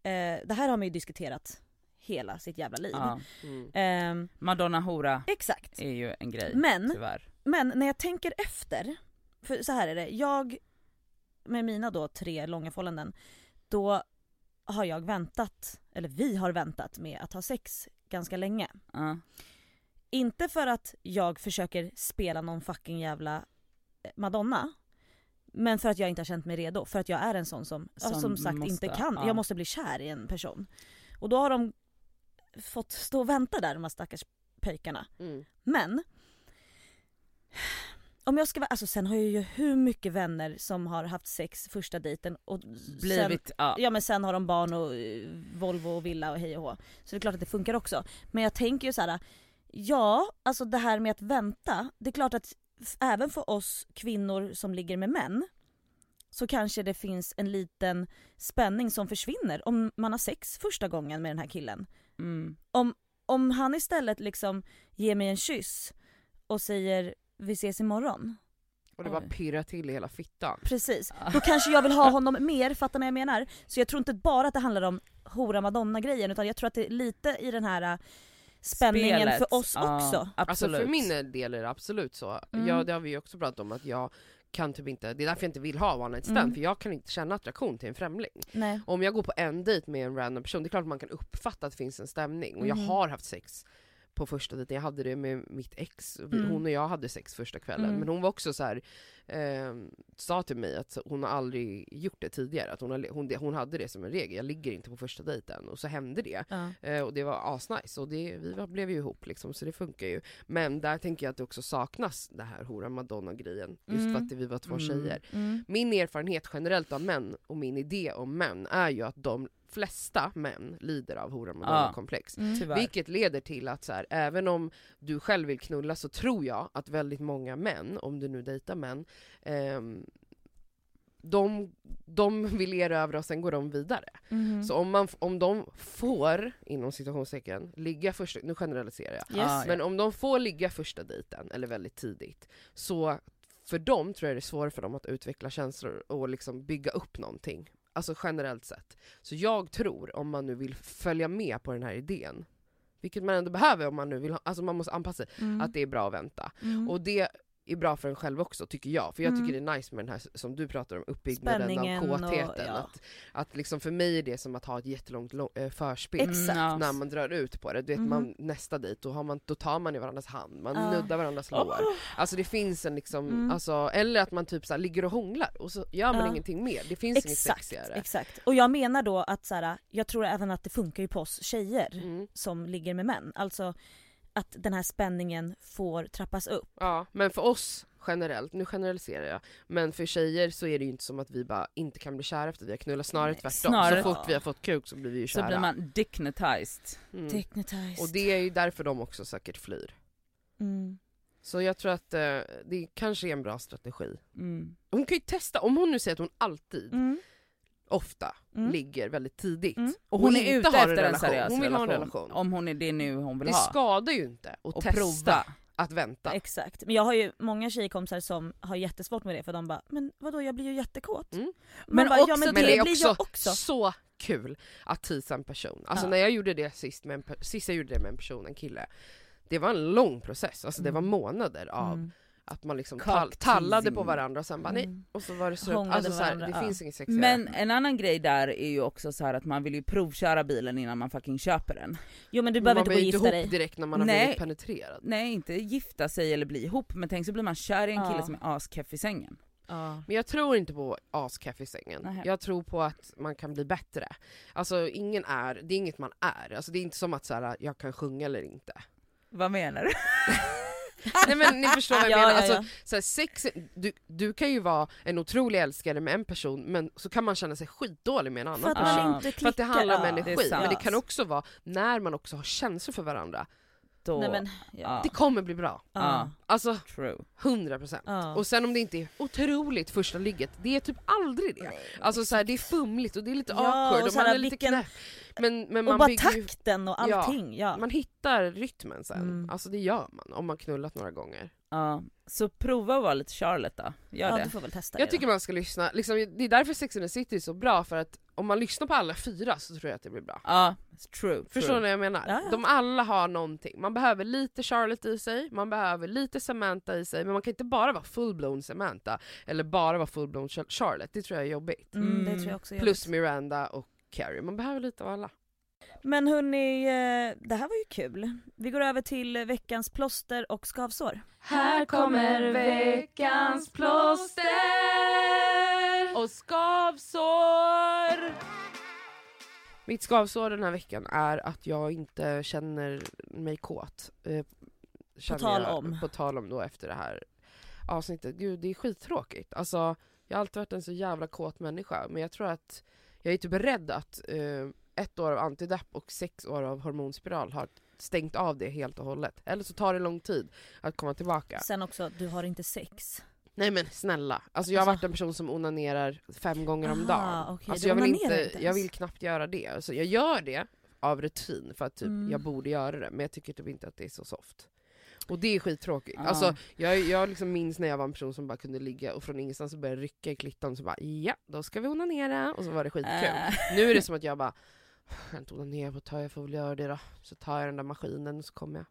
eh, det här har man ju diskuterat hela sitt jävla liv. Ja. Mm. Ehm, Madonna hora exakt. är ju en grej Men, tyvärr. men när jag tänker efter, för så här är det, jag med mina då tre långa förhållanden, då har jag väntat, eller vi har väntat med att ha sex ganska länge. Ja. Inte för att jag försöker spela någon fucking jävla eh, Madonna. Men för att jag inte har känt mig redo. För att jag är en sån som som, Som som sagt måste, inte kan. ja. Jag måste bli kär i en person. Och då har de fått stå och vänta där de här stackars pöjkarna. Mm. Men [sighs] om jag ska vara, alltså sen har jag ju hur mycket vänner som har haft sex första dejten och sen, Blivit, ja. ja men sen har de barn och eh, Volvo och villa och hej och hå. Så det är klart att det funkar också. Men jag tänker ju så här. ja alltså det här med att vänta, det är klart att f- även för oss kvinnor som ligger med män så kanske det finns en liten spänning som försvinner om man har sex första gången med den här killen. Mm. Om han istället liksom ger mig en kyss och säger vi ses imorgon. Och det bara Oj. pirrar till i hela fittan. Precis. Då [laughs] kanske jag vill ha honom mer, fattar ni vad jag menar? Så jag tror inte bara att det handlar om hora madonna grejen utan jag tror att det är lite i den här äh, spänningen Spelet. för oss Ja, också. Alltså Absolut. för min del är det absolut så. Mm. Ja, det har vi ju också pratat om att jag kan typ inte, det är därför jag inte vill ha one night stand Mm. för jag kan inte känna attraktion till en främling. Nej. Om jag går på en dejt med en random person, det är klart att man kan uppfatta att det finns en stämning. Och jag Mhm. har haft sex på första dejten, jag hade det med mitt ex, och vi- Mm. hon och jag hade sex första kvällen. Mm. Men hon var också så här, eh, sa till mig att hon har aldrig gjort det tidigare, att hon, har, hon, det- hon hade det som en regel, jag ligger inte på första dejten. Och så hände det. Ja. Eh, och det var asnice och det, vi var, blev ju ihop liksom så det funkar ju. Men där tänker jag att det också saknas det här hora madonna grejen. Just Mm. för att det- vi var två Mm. tjejer. Mm. Min erfarenhet generellt av män och min idé om män är ju att de flesta män lider av hora madonna komplex. Mm. Tyvärr. Vilket leder till att så här, även om du själv vill knulla så tror jag att väldigt många män, om du nu dejtar män, ehm, de, de vill erövra och sen går de vidare. Mm. Mhm. Så om, man, f- om de får, inom situationstecken, ligga första, nu generaliserar jag, Yes. Ah, ja. men om de får ligga första dejten, eller väldigt tidigt, så för dem tror jag det är svårare för dem att utveckla känslor och liksom bygga upp någonting. Alltså generellt sett. Så jag tror, om man nu vill följa med på den här idén, vilket man ändå behöver om man nu vill ha, alltså man måste anpassa sig, Mm. att det är bra att vänta. Mm. Och det är bra för en själv också tycker jag, för jag tycker Mm. det är nice med den här s- som du pratar om, uppbyggnaden Spänningen och- av kåtheten. ja. Att, att liksom för mig är det som att ha ett jättelångt lo- eh, förspel. Exakt. ja. När man drar ut på det, du vet Mhm. man, nästa dit då, har man, då tar man i varandras hand, man Ah. nuddar varandras lår. Alltså det finns en liksom, Mm. alltså, eller att man typ så här ligger och hånglar och så gör man Ja. ingenting mer, det finns inget Exakt, sexigare. exakt. Och jag menar då att så här, äh, jag tror även att det funkar ju på oss tjejer Mm. som ligger med män. Alltså att den här spänningen får trappas upp. Ja, men för oss generellt, nu generaliserar jag, men för tjejer så är det ju inte som att vi bara inte kan bli kära efter att vi har knullat, snarare Nej, tvärtom. snarare- Så fort vi har fått kuk så blir vi ju kära. Så blir man dignitized. Mm. Dignitized. Och det är ju därför de också säkert flyr. Mm. Så jag tror att eh, det kanske är en bra strategi. Mm. Hon kan ju testa, om hon nu säger att hon alltid, Mm. ofta, Mm. ligger väldigt tidigt. Mm. Och Hon, hon, är inte ute har en efter en relation. seriös hon vill relation. ha en relation. Om hon är det nu hon vill det ha. skadar ju inte att Och testa prova. att vänta. Exakt. Men jag har ju många tjejkompisar som har jättesvårt med det för de bara “men vadå jag blir ju jättekåt”. Mm. Man Men bara, ja, också- men det, Men det är blir jag också. också så kul att tisa en person. Alltså Ja. när jag gjorde det sist, med en, per- sist jag gjorde det med en person, en kille, det var en lång process, alltså det var Mm. månader av Mm. att man liksom Cock tall- tallade på teasing. varandra och sen bara nej, Mm. och så var det så, Hånglade alltså, så här, varandra, det ja. eh, finns inget sexigare. Men en annan grej där är ju också så här att man vill ju provköra bilen innan man fucking köper den. Jo men du Men behöver inte gå och ju gifta ihop dig. direkt när man har Nej. blivit penetrerad. Nej inte gifta sig eller bli ihop men tänk så blir man kär i en Ja. kille som är askeff i sängen. Men jag tror inte på askaff i sängen. Nähä. Jag tror på att man kan bli bättre. Alltså ingen är, det är inget man är. Alltså det är inte som att så här, jag kan sjunga eller [laughs] inte. Vad menar du? Nej men ni förstår vad jag Ja, menar. ja, Alltså, ja. Så här, sex, du, du kan ju vara en otrolig älskare med en person men så kan man känna sig skitdålig med en annan. För att person. man Ja. inte klickar. för att det handlar om Ja. är energi, sant. men det kan också vara när man också har känslor för varandra. [laughs] Då, Nej, men, ja. ja. Det kommer bli bra. Ja. Alltså True. 100 procent. Ja. Och sen om det inte är otroligt första ligget, det är typ aldrig det. Alltså så här, det är fumligt och det är lite Ja, awkward och och så här, man är lite vilken- knäpp. Men, men Och man, bara bygger ju, takten och Ja. allting. Ja. man hittar rytmen sen. Mm. Alltså det gör man om man knullat några gånger. Ja. Så prova att vara lite Charlotte då. Gör ja, det. du får väl testa Jag det tycker då. man ska lyssna, liksom, det är därför Sex and the City är så bra för att om man lyssnar på alla fyra så tror jag att det blir bra. Ja, true. Förstår ni true. vad jag menar? Ja, ja. De alla har någonting. Man behöver lite Charlotte i sig, man behöver lite Samantha i sig, men man kan inte bara vara full-blown Samantha eller bara vara full-blown Char- Charlotte, det tror jag är jobbigt. Mm, det Mm. tror jag också är Plus Miranda och Carrie, man behöver lite av alla. Men hörni, eh, det här var ju kul. Vi går över till veckans plåster och skavsår. Här kommer veckans plåster. Och skavsår! Mitt skavsår den här veckan är att jag inte känner mig kåt. Eh, känner tal jag- om. På tal om då efter det här avsnittet. Gud det är skittråkigt. Alltså, jag har alltid varit en så jävla kåt människa men jag tror att jag är typ rädd att eh, ett år av antidepp och sex år av hormonspiral har stängt av det helt och hållet. Eller så tar det lång tid att komma tillbaka. Sen också, du har inte sex. Nej men snälla, alltså jag har Alltså- varit en person som onanerar fem gånger om Aha, dagen. Ah, okej, alltså du jag, vill onanerar inte, inte ens. jag vill knappt göra det. Alltså jag gör det av rutin för att typ, Mm. jag borde göra det men jag tycker typ inte att det är så soft. Och det är skittråkigt. Ja. Alltså, jag jag liksom minns när jag var en person som bara kunde ligga och från ingenstans så började jag rycka i klittan och så bara ja, då ska vi onanera och så var det skitkul. Eh, Äh. Nu är det som att jag bara, jag har inte onanerat på ett tag, jag får väl göra det då. Så tar jag den där maskinen och så kommer jag.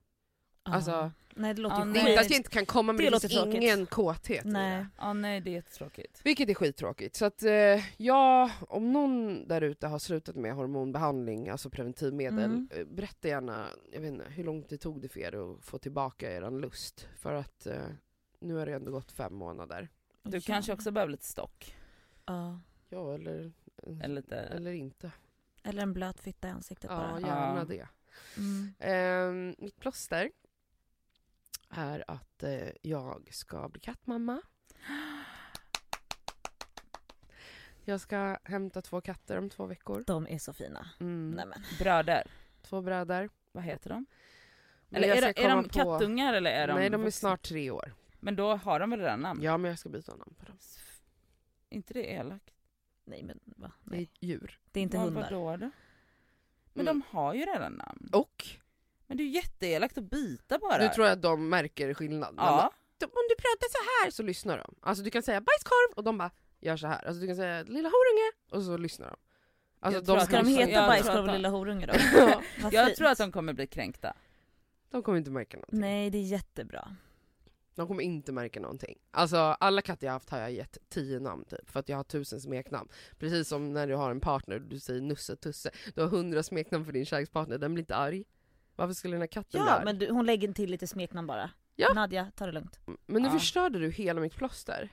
Alltså, Nej det låter Ja, ju det är nej. inte att jag inte kan komma men Det det, finns låter tråkigt. ingen kåthet i Nej. det. Ja nej det är jättetråkigt. Vilket är skittråkigt. Så att eh, ja, om någon där ute har slutat med hormonbehandling, alltså preventivmedel, Mm. eh, berätta gärna, jag vet inte, hur lång tid tog det för er att få tillbaka er lust? För att eh, nu har det ändå gått fem månader. Du Ja. kanske också behöver lite stock. Ja. Ja, eller, eh, Eller lite... eller inte. Eller en blöt fitta i ansiktet Ja, bara. gärna Ja. det. Mm. Eh, mitt plåster är att eh, jag ska bli kattmamma. Jag ska hämta två katter om två veckor. De är så fina. Mm. Nej, men. Bröder. Två bröder. Vad heter de? Men Eller jag är, ska de- är de komma på- kattungar eller är de Nej de är vuxna? snart tre år. Men då har de väl redan namn? Ja men jag ska byta namn på dem. inte det elakt? Nej men va? Det är Nej. djur. Det är inte Vad- hundar. vadå då? Mm. Men de har ju redan namn. Och Men det är ju jätteelakt att bita bara. nu tror jag att de märker skillnad. Men Ja. de- Om du pratar så här så lyssnar de. Alltså du kan säga bajskorv och de bara gör så här. Alltså du kan säga lilla horunge och så lyssnar de. Alltså Jag tror att Ska de lyssnar. Jag tror heta att bajskorv och de- lilla horunge [laughs] då? Ja, Vad Jag fint. tror att de kommer bli kränkta. [laughs] de kommer inte märka någonting. Nej det är jättebra. De kommer inte märka någonting. Alltså alla katter jag haft har jag gett tio namn typ, för att jag har tusen smeknamn. Precis som när du har en partner och du säger Nusse Tusse, du har hundra smeknamn för din kärlekspartner, den blir inte arg. Varför skulle den här katten bli Ja arg? men du, hon lägger till lite smeknamn bara. Ja. Nadja, ta det lugnt. Men nu Ja. förstörde du hela mitt plåster.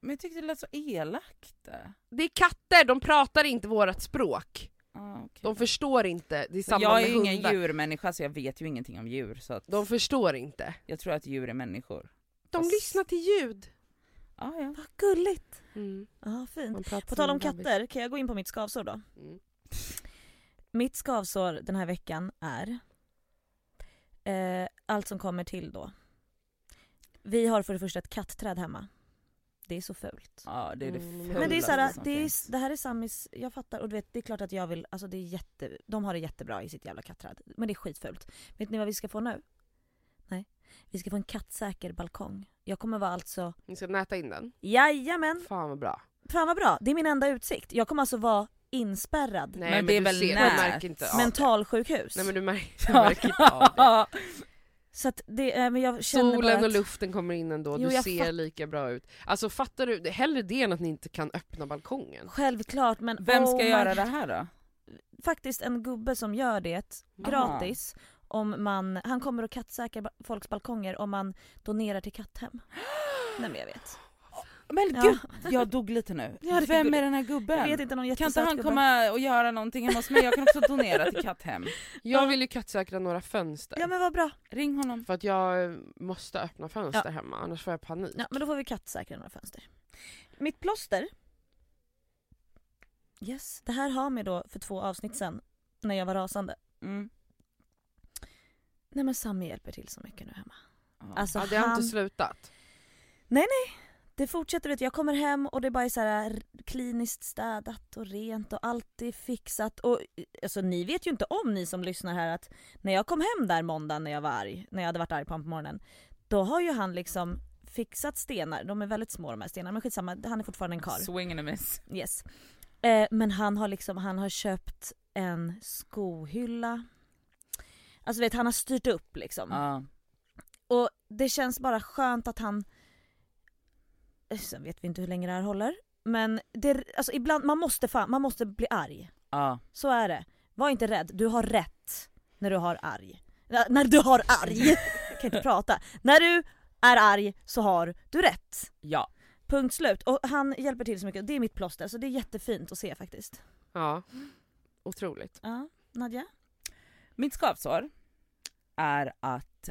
Men jag tyckte det lät så elakt. Det är katter, de pratar inte vårat språk. Ah, okej. De förstår inte, det är samma jag är med ju ingen hundar. djurmänniska så jag vet ju ingenting om djur så att De förstår inte. jag tror att djur är människor. De Fast- lyssnar till ljud. Ah, ja. Vad gulligt. Mm. Ja fint. man pratar På som tal om en bebis. katter, kan jag gå in på mitt skavsår då? Mm. Mitt skavsår den här veckan är eh, allt som kommer till då. Vi har för det första ett kattträd hemma. Det är så fult. Ja, det är det Mm, men Men det är fulaste såhär, som det, är, finns. [laughs] det här är Samis, jag fattar och du vet det är klart att jag vill, alltså det är jätte, de har det jättebra i sitt jävla kattträd. Men det är skitfult. Vet ni vad vi ska få nu? Nej. Vi ska få en kattsäker balkong. Jag kommer vara alltså, Ni ska näta in den. jajamän! Fan vad bra. Fan vad bra, det är min enda utsikt. Jag kommer alltså vara inspärrad. Nej, Men men det är du väl ser, nät. Du märker inte av det. Mentalsjukhus. Nej men du [laughs] märker, du märker inte av det. Ja. Så att det, eh, men jag känner bara Solen att, och luften kommer in ändå, Jo, du jag ser fatt- lika bra ut. Alltså fattar du? Det- Hellre det än att ni inte kan öppna balkongen. Självklart men [laughs] Vem oh ska my- göra det här då? Faktiskt en gubbe som gör det gratis. Om man, han kommer och kattsäkrar ba- folks balkonger om man donerar till katthem. Nej men jag [gasps] vet. Men Ja. gud, [laughs] jag dog lite nu. Ja, det är Vem gulligt. är den här Jag gubben? vet inte någon kan inte jättesöt han gubbe. komma och göra någonting hemma hos mig? Jag kan också donera till katthem. Jag vill ju kattsäkra några fönster. Ja men vad bra. Ring honom. För att jag eh, måste öppna fönster hemma annars får jag panik. Ja, men då får vi kattsäkra några fönster. Mitt plåster. Yes, det här har mig då för två avsnitt sen när jag var rasande. Mm. Nej men Sami hjälper till så mycket nu hemma. Ja. Alltså ja, det har han... inte slutat. Det fortsätter, du vet, jag kommer hem och det är bara är så här kliniskt städat och rent och allt är fixat. Och, alltså, ni vet ju inte om ni som lyssnar här att när jag kom hem där måndagen när jag var arg, när jag hade varit arg på honom på morgonen, då har ju han liksom fixat stenar. De är väldigt små de här stenarna men skitsamma, han är fortfarande en karl. Swing and a miss. Yes. Eh, men han har liksom, han har köpt en skohylla. Alltså vet, han har styrt upp liksom. Ja. Och det känns bara skönt att han... eh, Sen vet vi inte hur länge det här håller. Men det, alltså ibland, man måste, fan, man måste bli arg. Ja. Så är det. Var inte rädd, du har rätt när du har arg. N- när du har arg! Jag kan inte prata. När du är arg så har du rätt. ja. Punkt slut. Och han hjälper till så mycket. Det är mitt plåster, så det är jättefint att se faktiskt. Ja. Otroligt. Ja, Nadja? Mitt skavsår är att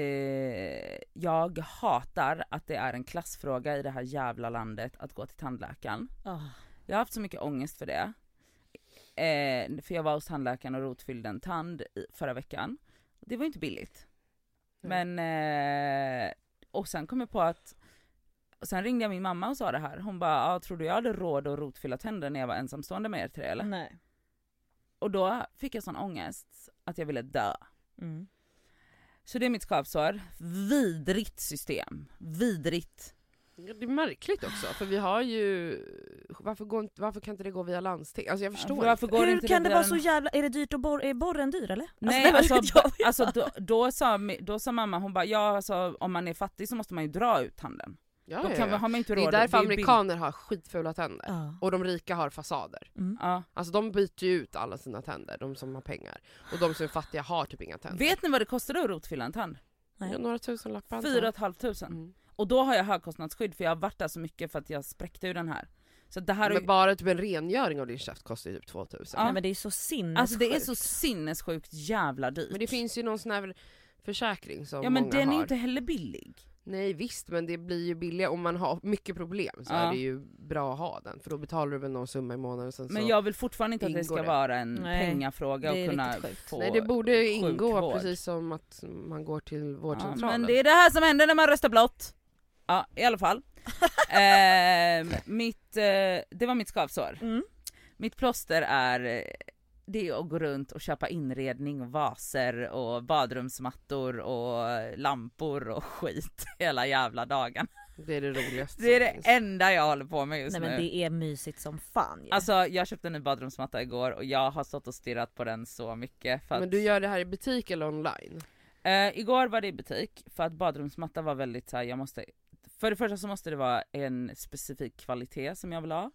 eh, jag hatar att det är en klassfråga i det här jävla landet att gå till tandläkaren. Oh. Jag har haft så mycket ångest för det. Eh, för jag var hos tandläkaren och rotfyllde en tand i, förra veckan. Det var ju inte billigt. Mm. Men, eh, och sen kom jag på att, och sen ringde jag min mamma och sa det här. Hon bara, ah, tror du jag hade råd att rotfylla tänder när jag var ensamstående med er tre eller? Nej. Och då fick jag sån ångest att jag ville dö. Mm. Så det är mitt skavsår. Vidrigt system. Vidrigt. Ja, Det är märkligt också, för vi har ju... Varför, går inte, varför kan inte det gå via landsting? Alltså jag förstår varför inte. går Hur inte kan det via vara den- så jävla, är det dyrt att borra, är borren dyr eller? Nej det var alltså, [laughs] lite jobbigt. alltså då, då, sa, mi- då sa mamma, hon bara ja alltså om man är fattig så måste man ju dra ut handen. Ja, Då ja, kan, ja. har man inte Det är råd. därför ju bild- amerikaner har skitfula tänder. Ja. Och de rika har fasader. Mm. Ja. Alltså de byter ju ut alla sina tänder, de som har pengar. Och de som är fattiga har typ inga tänder. Vet ni vad det kostade att rotfylla en tand? Nej. Ja, några tusen lappar. antar jag. 4 500. Mm. Och då har jag högkostnadsskydd för jag har varit där så mycket för att jag spräckte ur den här. Så det här är Men ju, bara typ en rengöring av din käft kostar ju typ 2000. Ja. Nej men det är så sinnessjukt. alltså det är så sinnessjukt jävla dyrt. Men det finns ju någon sån här försäkring som ja men många den är har. ju inte heller billig. Nej visst, men det blir ju billigare. Om man har mycket problem så Ja. är det ju bra att ha den. För då betalar du väl någon summa i månaden. Sen Men så... jag vill fortfarande inte att det Ingår ska det? vara en Nej, pengafråga det är och kunna riktigt sjukt. få... Nej det borde ju ingå sjukvård. precis som att man går till ja, vårdcentralen. Men det är det här som händer när man röstar blått. Ja i [laughs] alla fall. Ehm, mitt, eh, det var mitt skavsår. Mm. Mitt plåster är eh, det är att gå runt och köpa inredning och vaser och badrumsmattor och lampor och [laughs] skit hela jävla dagen. det, är det roligaste Det är som det finns. enda jag håller på med just Nej nu. men det är mysigt som fan ju. Alltså jag köpte en ny badrumsmatta igår och jag har stått och stirrat på den så mycket. För att, Men du gör det här i butik eller online? eh, igår var det i butik för att badrumsmatta var väldigt såhär, jag måste... För det första så måste det vara en specifik kvalitet som jag vill ha.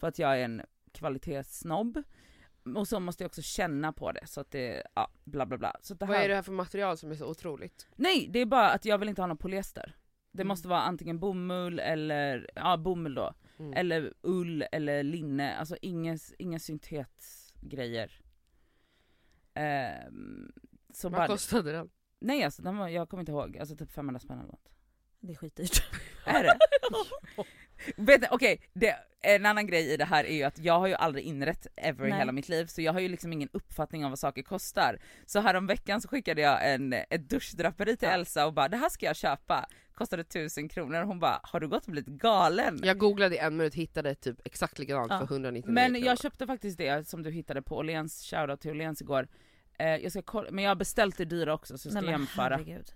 För att jag är en kvalitetssnobb. Och så måste jag också känna på det så att det, ja bla bla bla. Så det Vad här, är det här för material som är så otroligt? Nej det är bara att jag vill inte ha någon polyester. Det Mm. måste vara antingen bomull eller, ja bomull då. Mm. Eller ull eller linne, alltså inga, inga syntetgrejer. Ehm, så Vad bara, kostade den? nej alltså den var, jag kommer inte ihåg, alltså typ 500 spänn eller [laughs] något. Det är [laughs] skitdyrt. Är [laughs] det? Vet ni, okej, det- en annan grej i det här är ju att jag har ju aldrig inrett ever i Nej. hela mitt liv så jag har ju liksom ingen uppfattning om vad saker kostar. Så häromveckan så skickade jag en, ett duschdraperi till Ja. Elsa och bara det här ska jag köpa, kostade 1000 kronor hon bara har du gått och blivit galen? Mm. Jag googlade i en minut, hittade typ exakt likadant Ja. för 199 Men kronor. jag köpte faktiskt det som du hittade på Åhléns, shoutout till Åhléns igår. Eh, jag ska kolla, men jag har beställt det dyra också så jag Nej, ska men jämföra. herregud.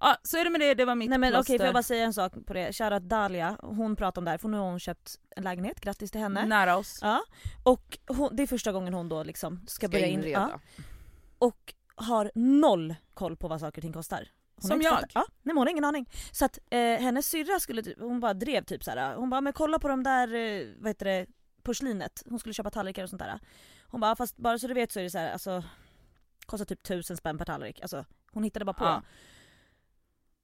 Ja så är det med det, det var mitt Nej men okej plåster. får jag bara säga en sak på det. Kära Dalia, hon pratar om det här för nu har hon köpt en lägenhet, grattis till henne. Nära oss. Ja. Och hon, det är första gången hon då liksom ska, ska börja in, inreda. ja, Och har noll koll på vad saker och ting kostar. Hon har Som inte jag. fattat- Ja, nej men hon har ingen aning. Så att eh, hennes syrra skulle, typ- hon bara drev typ så här. hon bara men kolla på de där, eh, vad heter det, porslinet. Hon skulle köpa tallrikar och sånt där. Hon bara fast bara så du vet så är det så här, alltså kostar typ tusen spänn per tallrik. Alltså hon hittade bara på. Ja.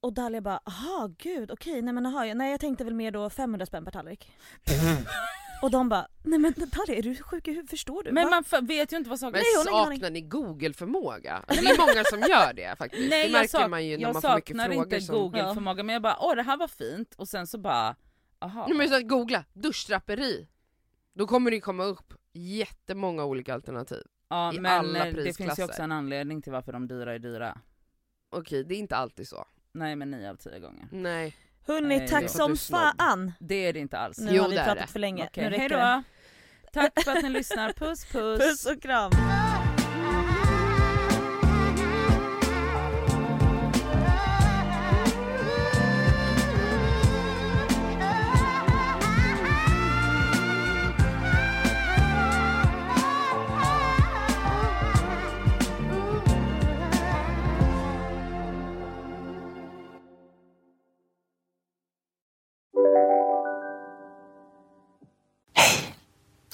Och Dalia bara aha gud okej nej men aha, jag- nej jag tänkte väl mer då 500 spänn per [laughs] tallrik. och de bara nej men Dalia är du sjuk i huvudet förstår du? Men Va? man för, vet ju inte vad saker Men Nej, hon har ingen saknar ni [laughs] google-förmåga? Alltså, Det är många som gör det faktiskt. Nej, det jag märker sak- man ju när jag man får mycket saknar frågor inte som... google-förmåga men jag bara åh det här var fint och sen så bara aha. Nej, men så att googla duschdraperi. Då kommer det komma upp jättemånga olika alternativ. ja, i men alla eh, det finns ju prisklasser. också en anledning till varför de dyra är dyra. Okej, det är inte alltid så. Nej men 9 av 10 gånger. Nej. Hörni Nej, det tack är för att du är som snobb. fan! Det är det inte alls. Nu Jo, har vi det är pratat det. för länge, Okej, nu räcker det. hejdå. Tack för att ni lyssnar, puss puss. Puss och kram!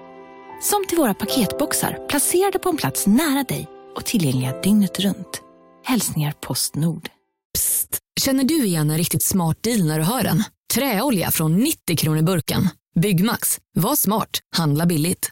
Som till våra paketboxar placerade på en plats nära dig och tillgängliga dygnet runt. Hälsningar Postnord. Psst! Känner du igen en riktigt smart deal när du hör den? Träolja från 90 kronor burken. Byggmax. Var smart. Handla billigt.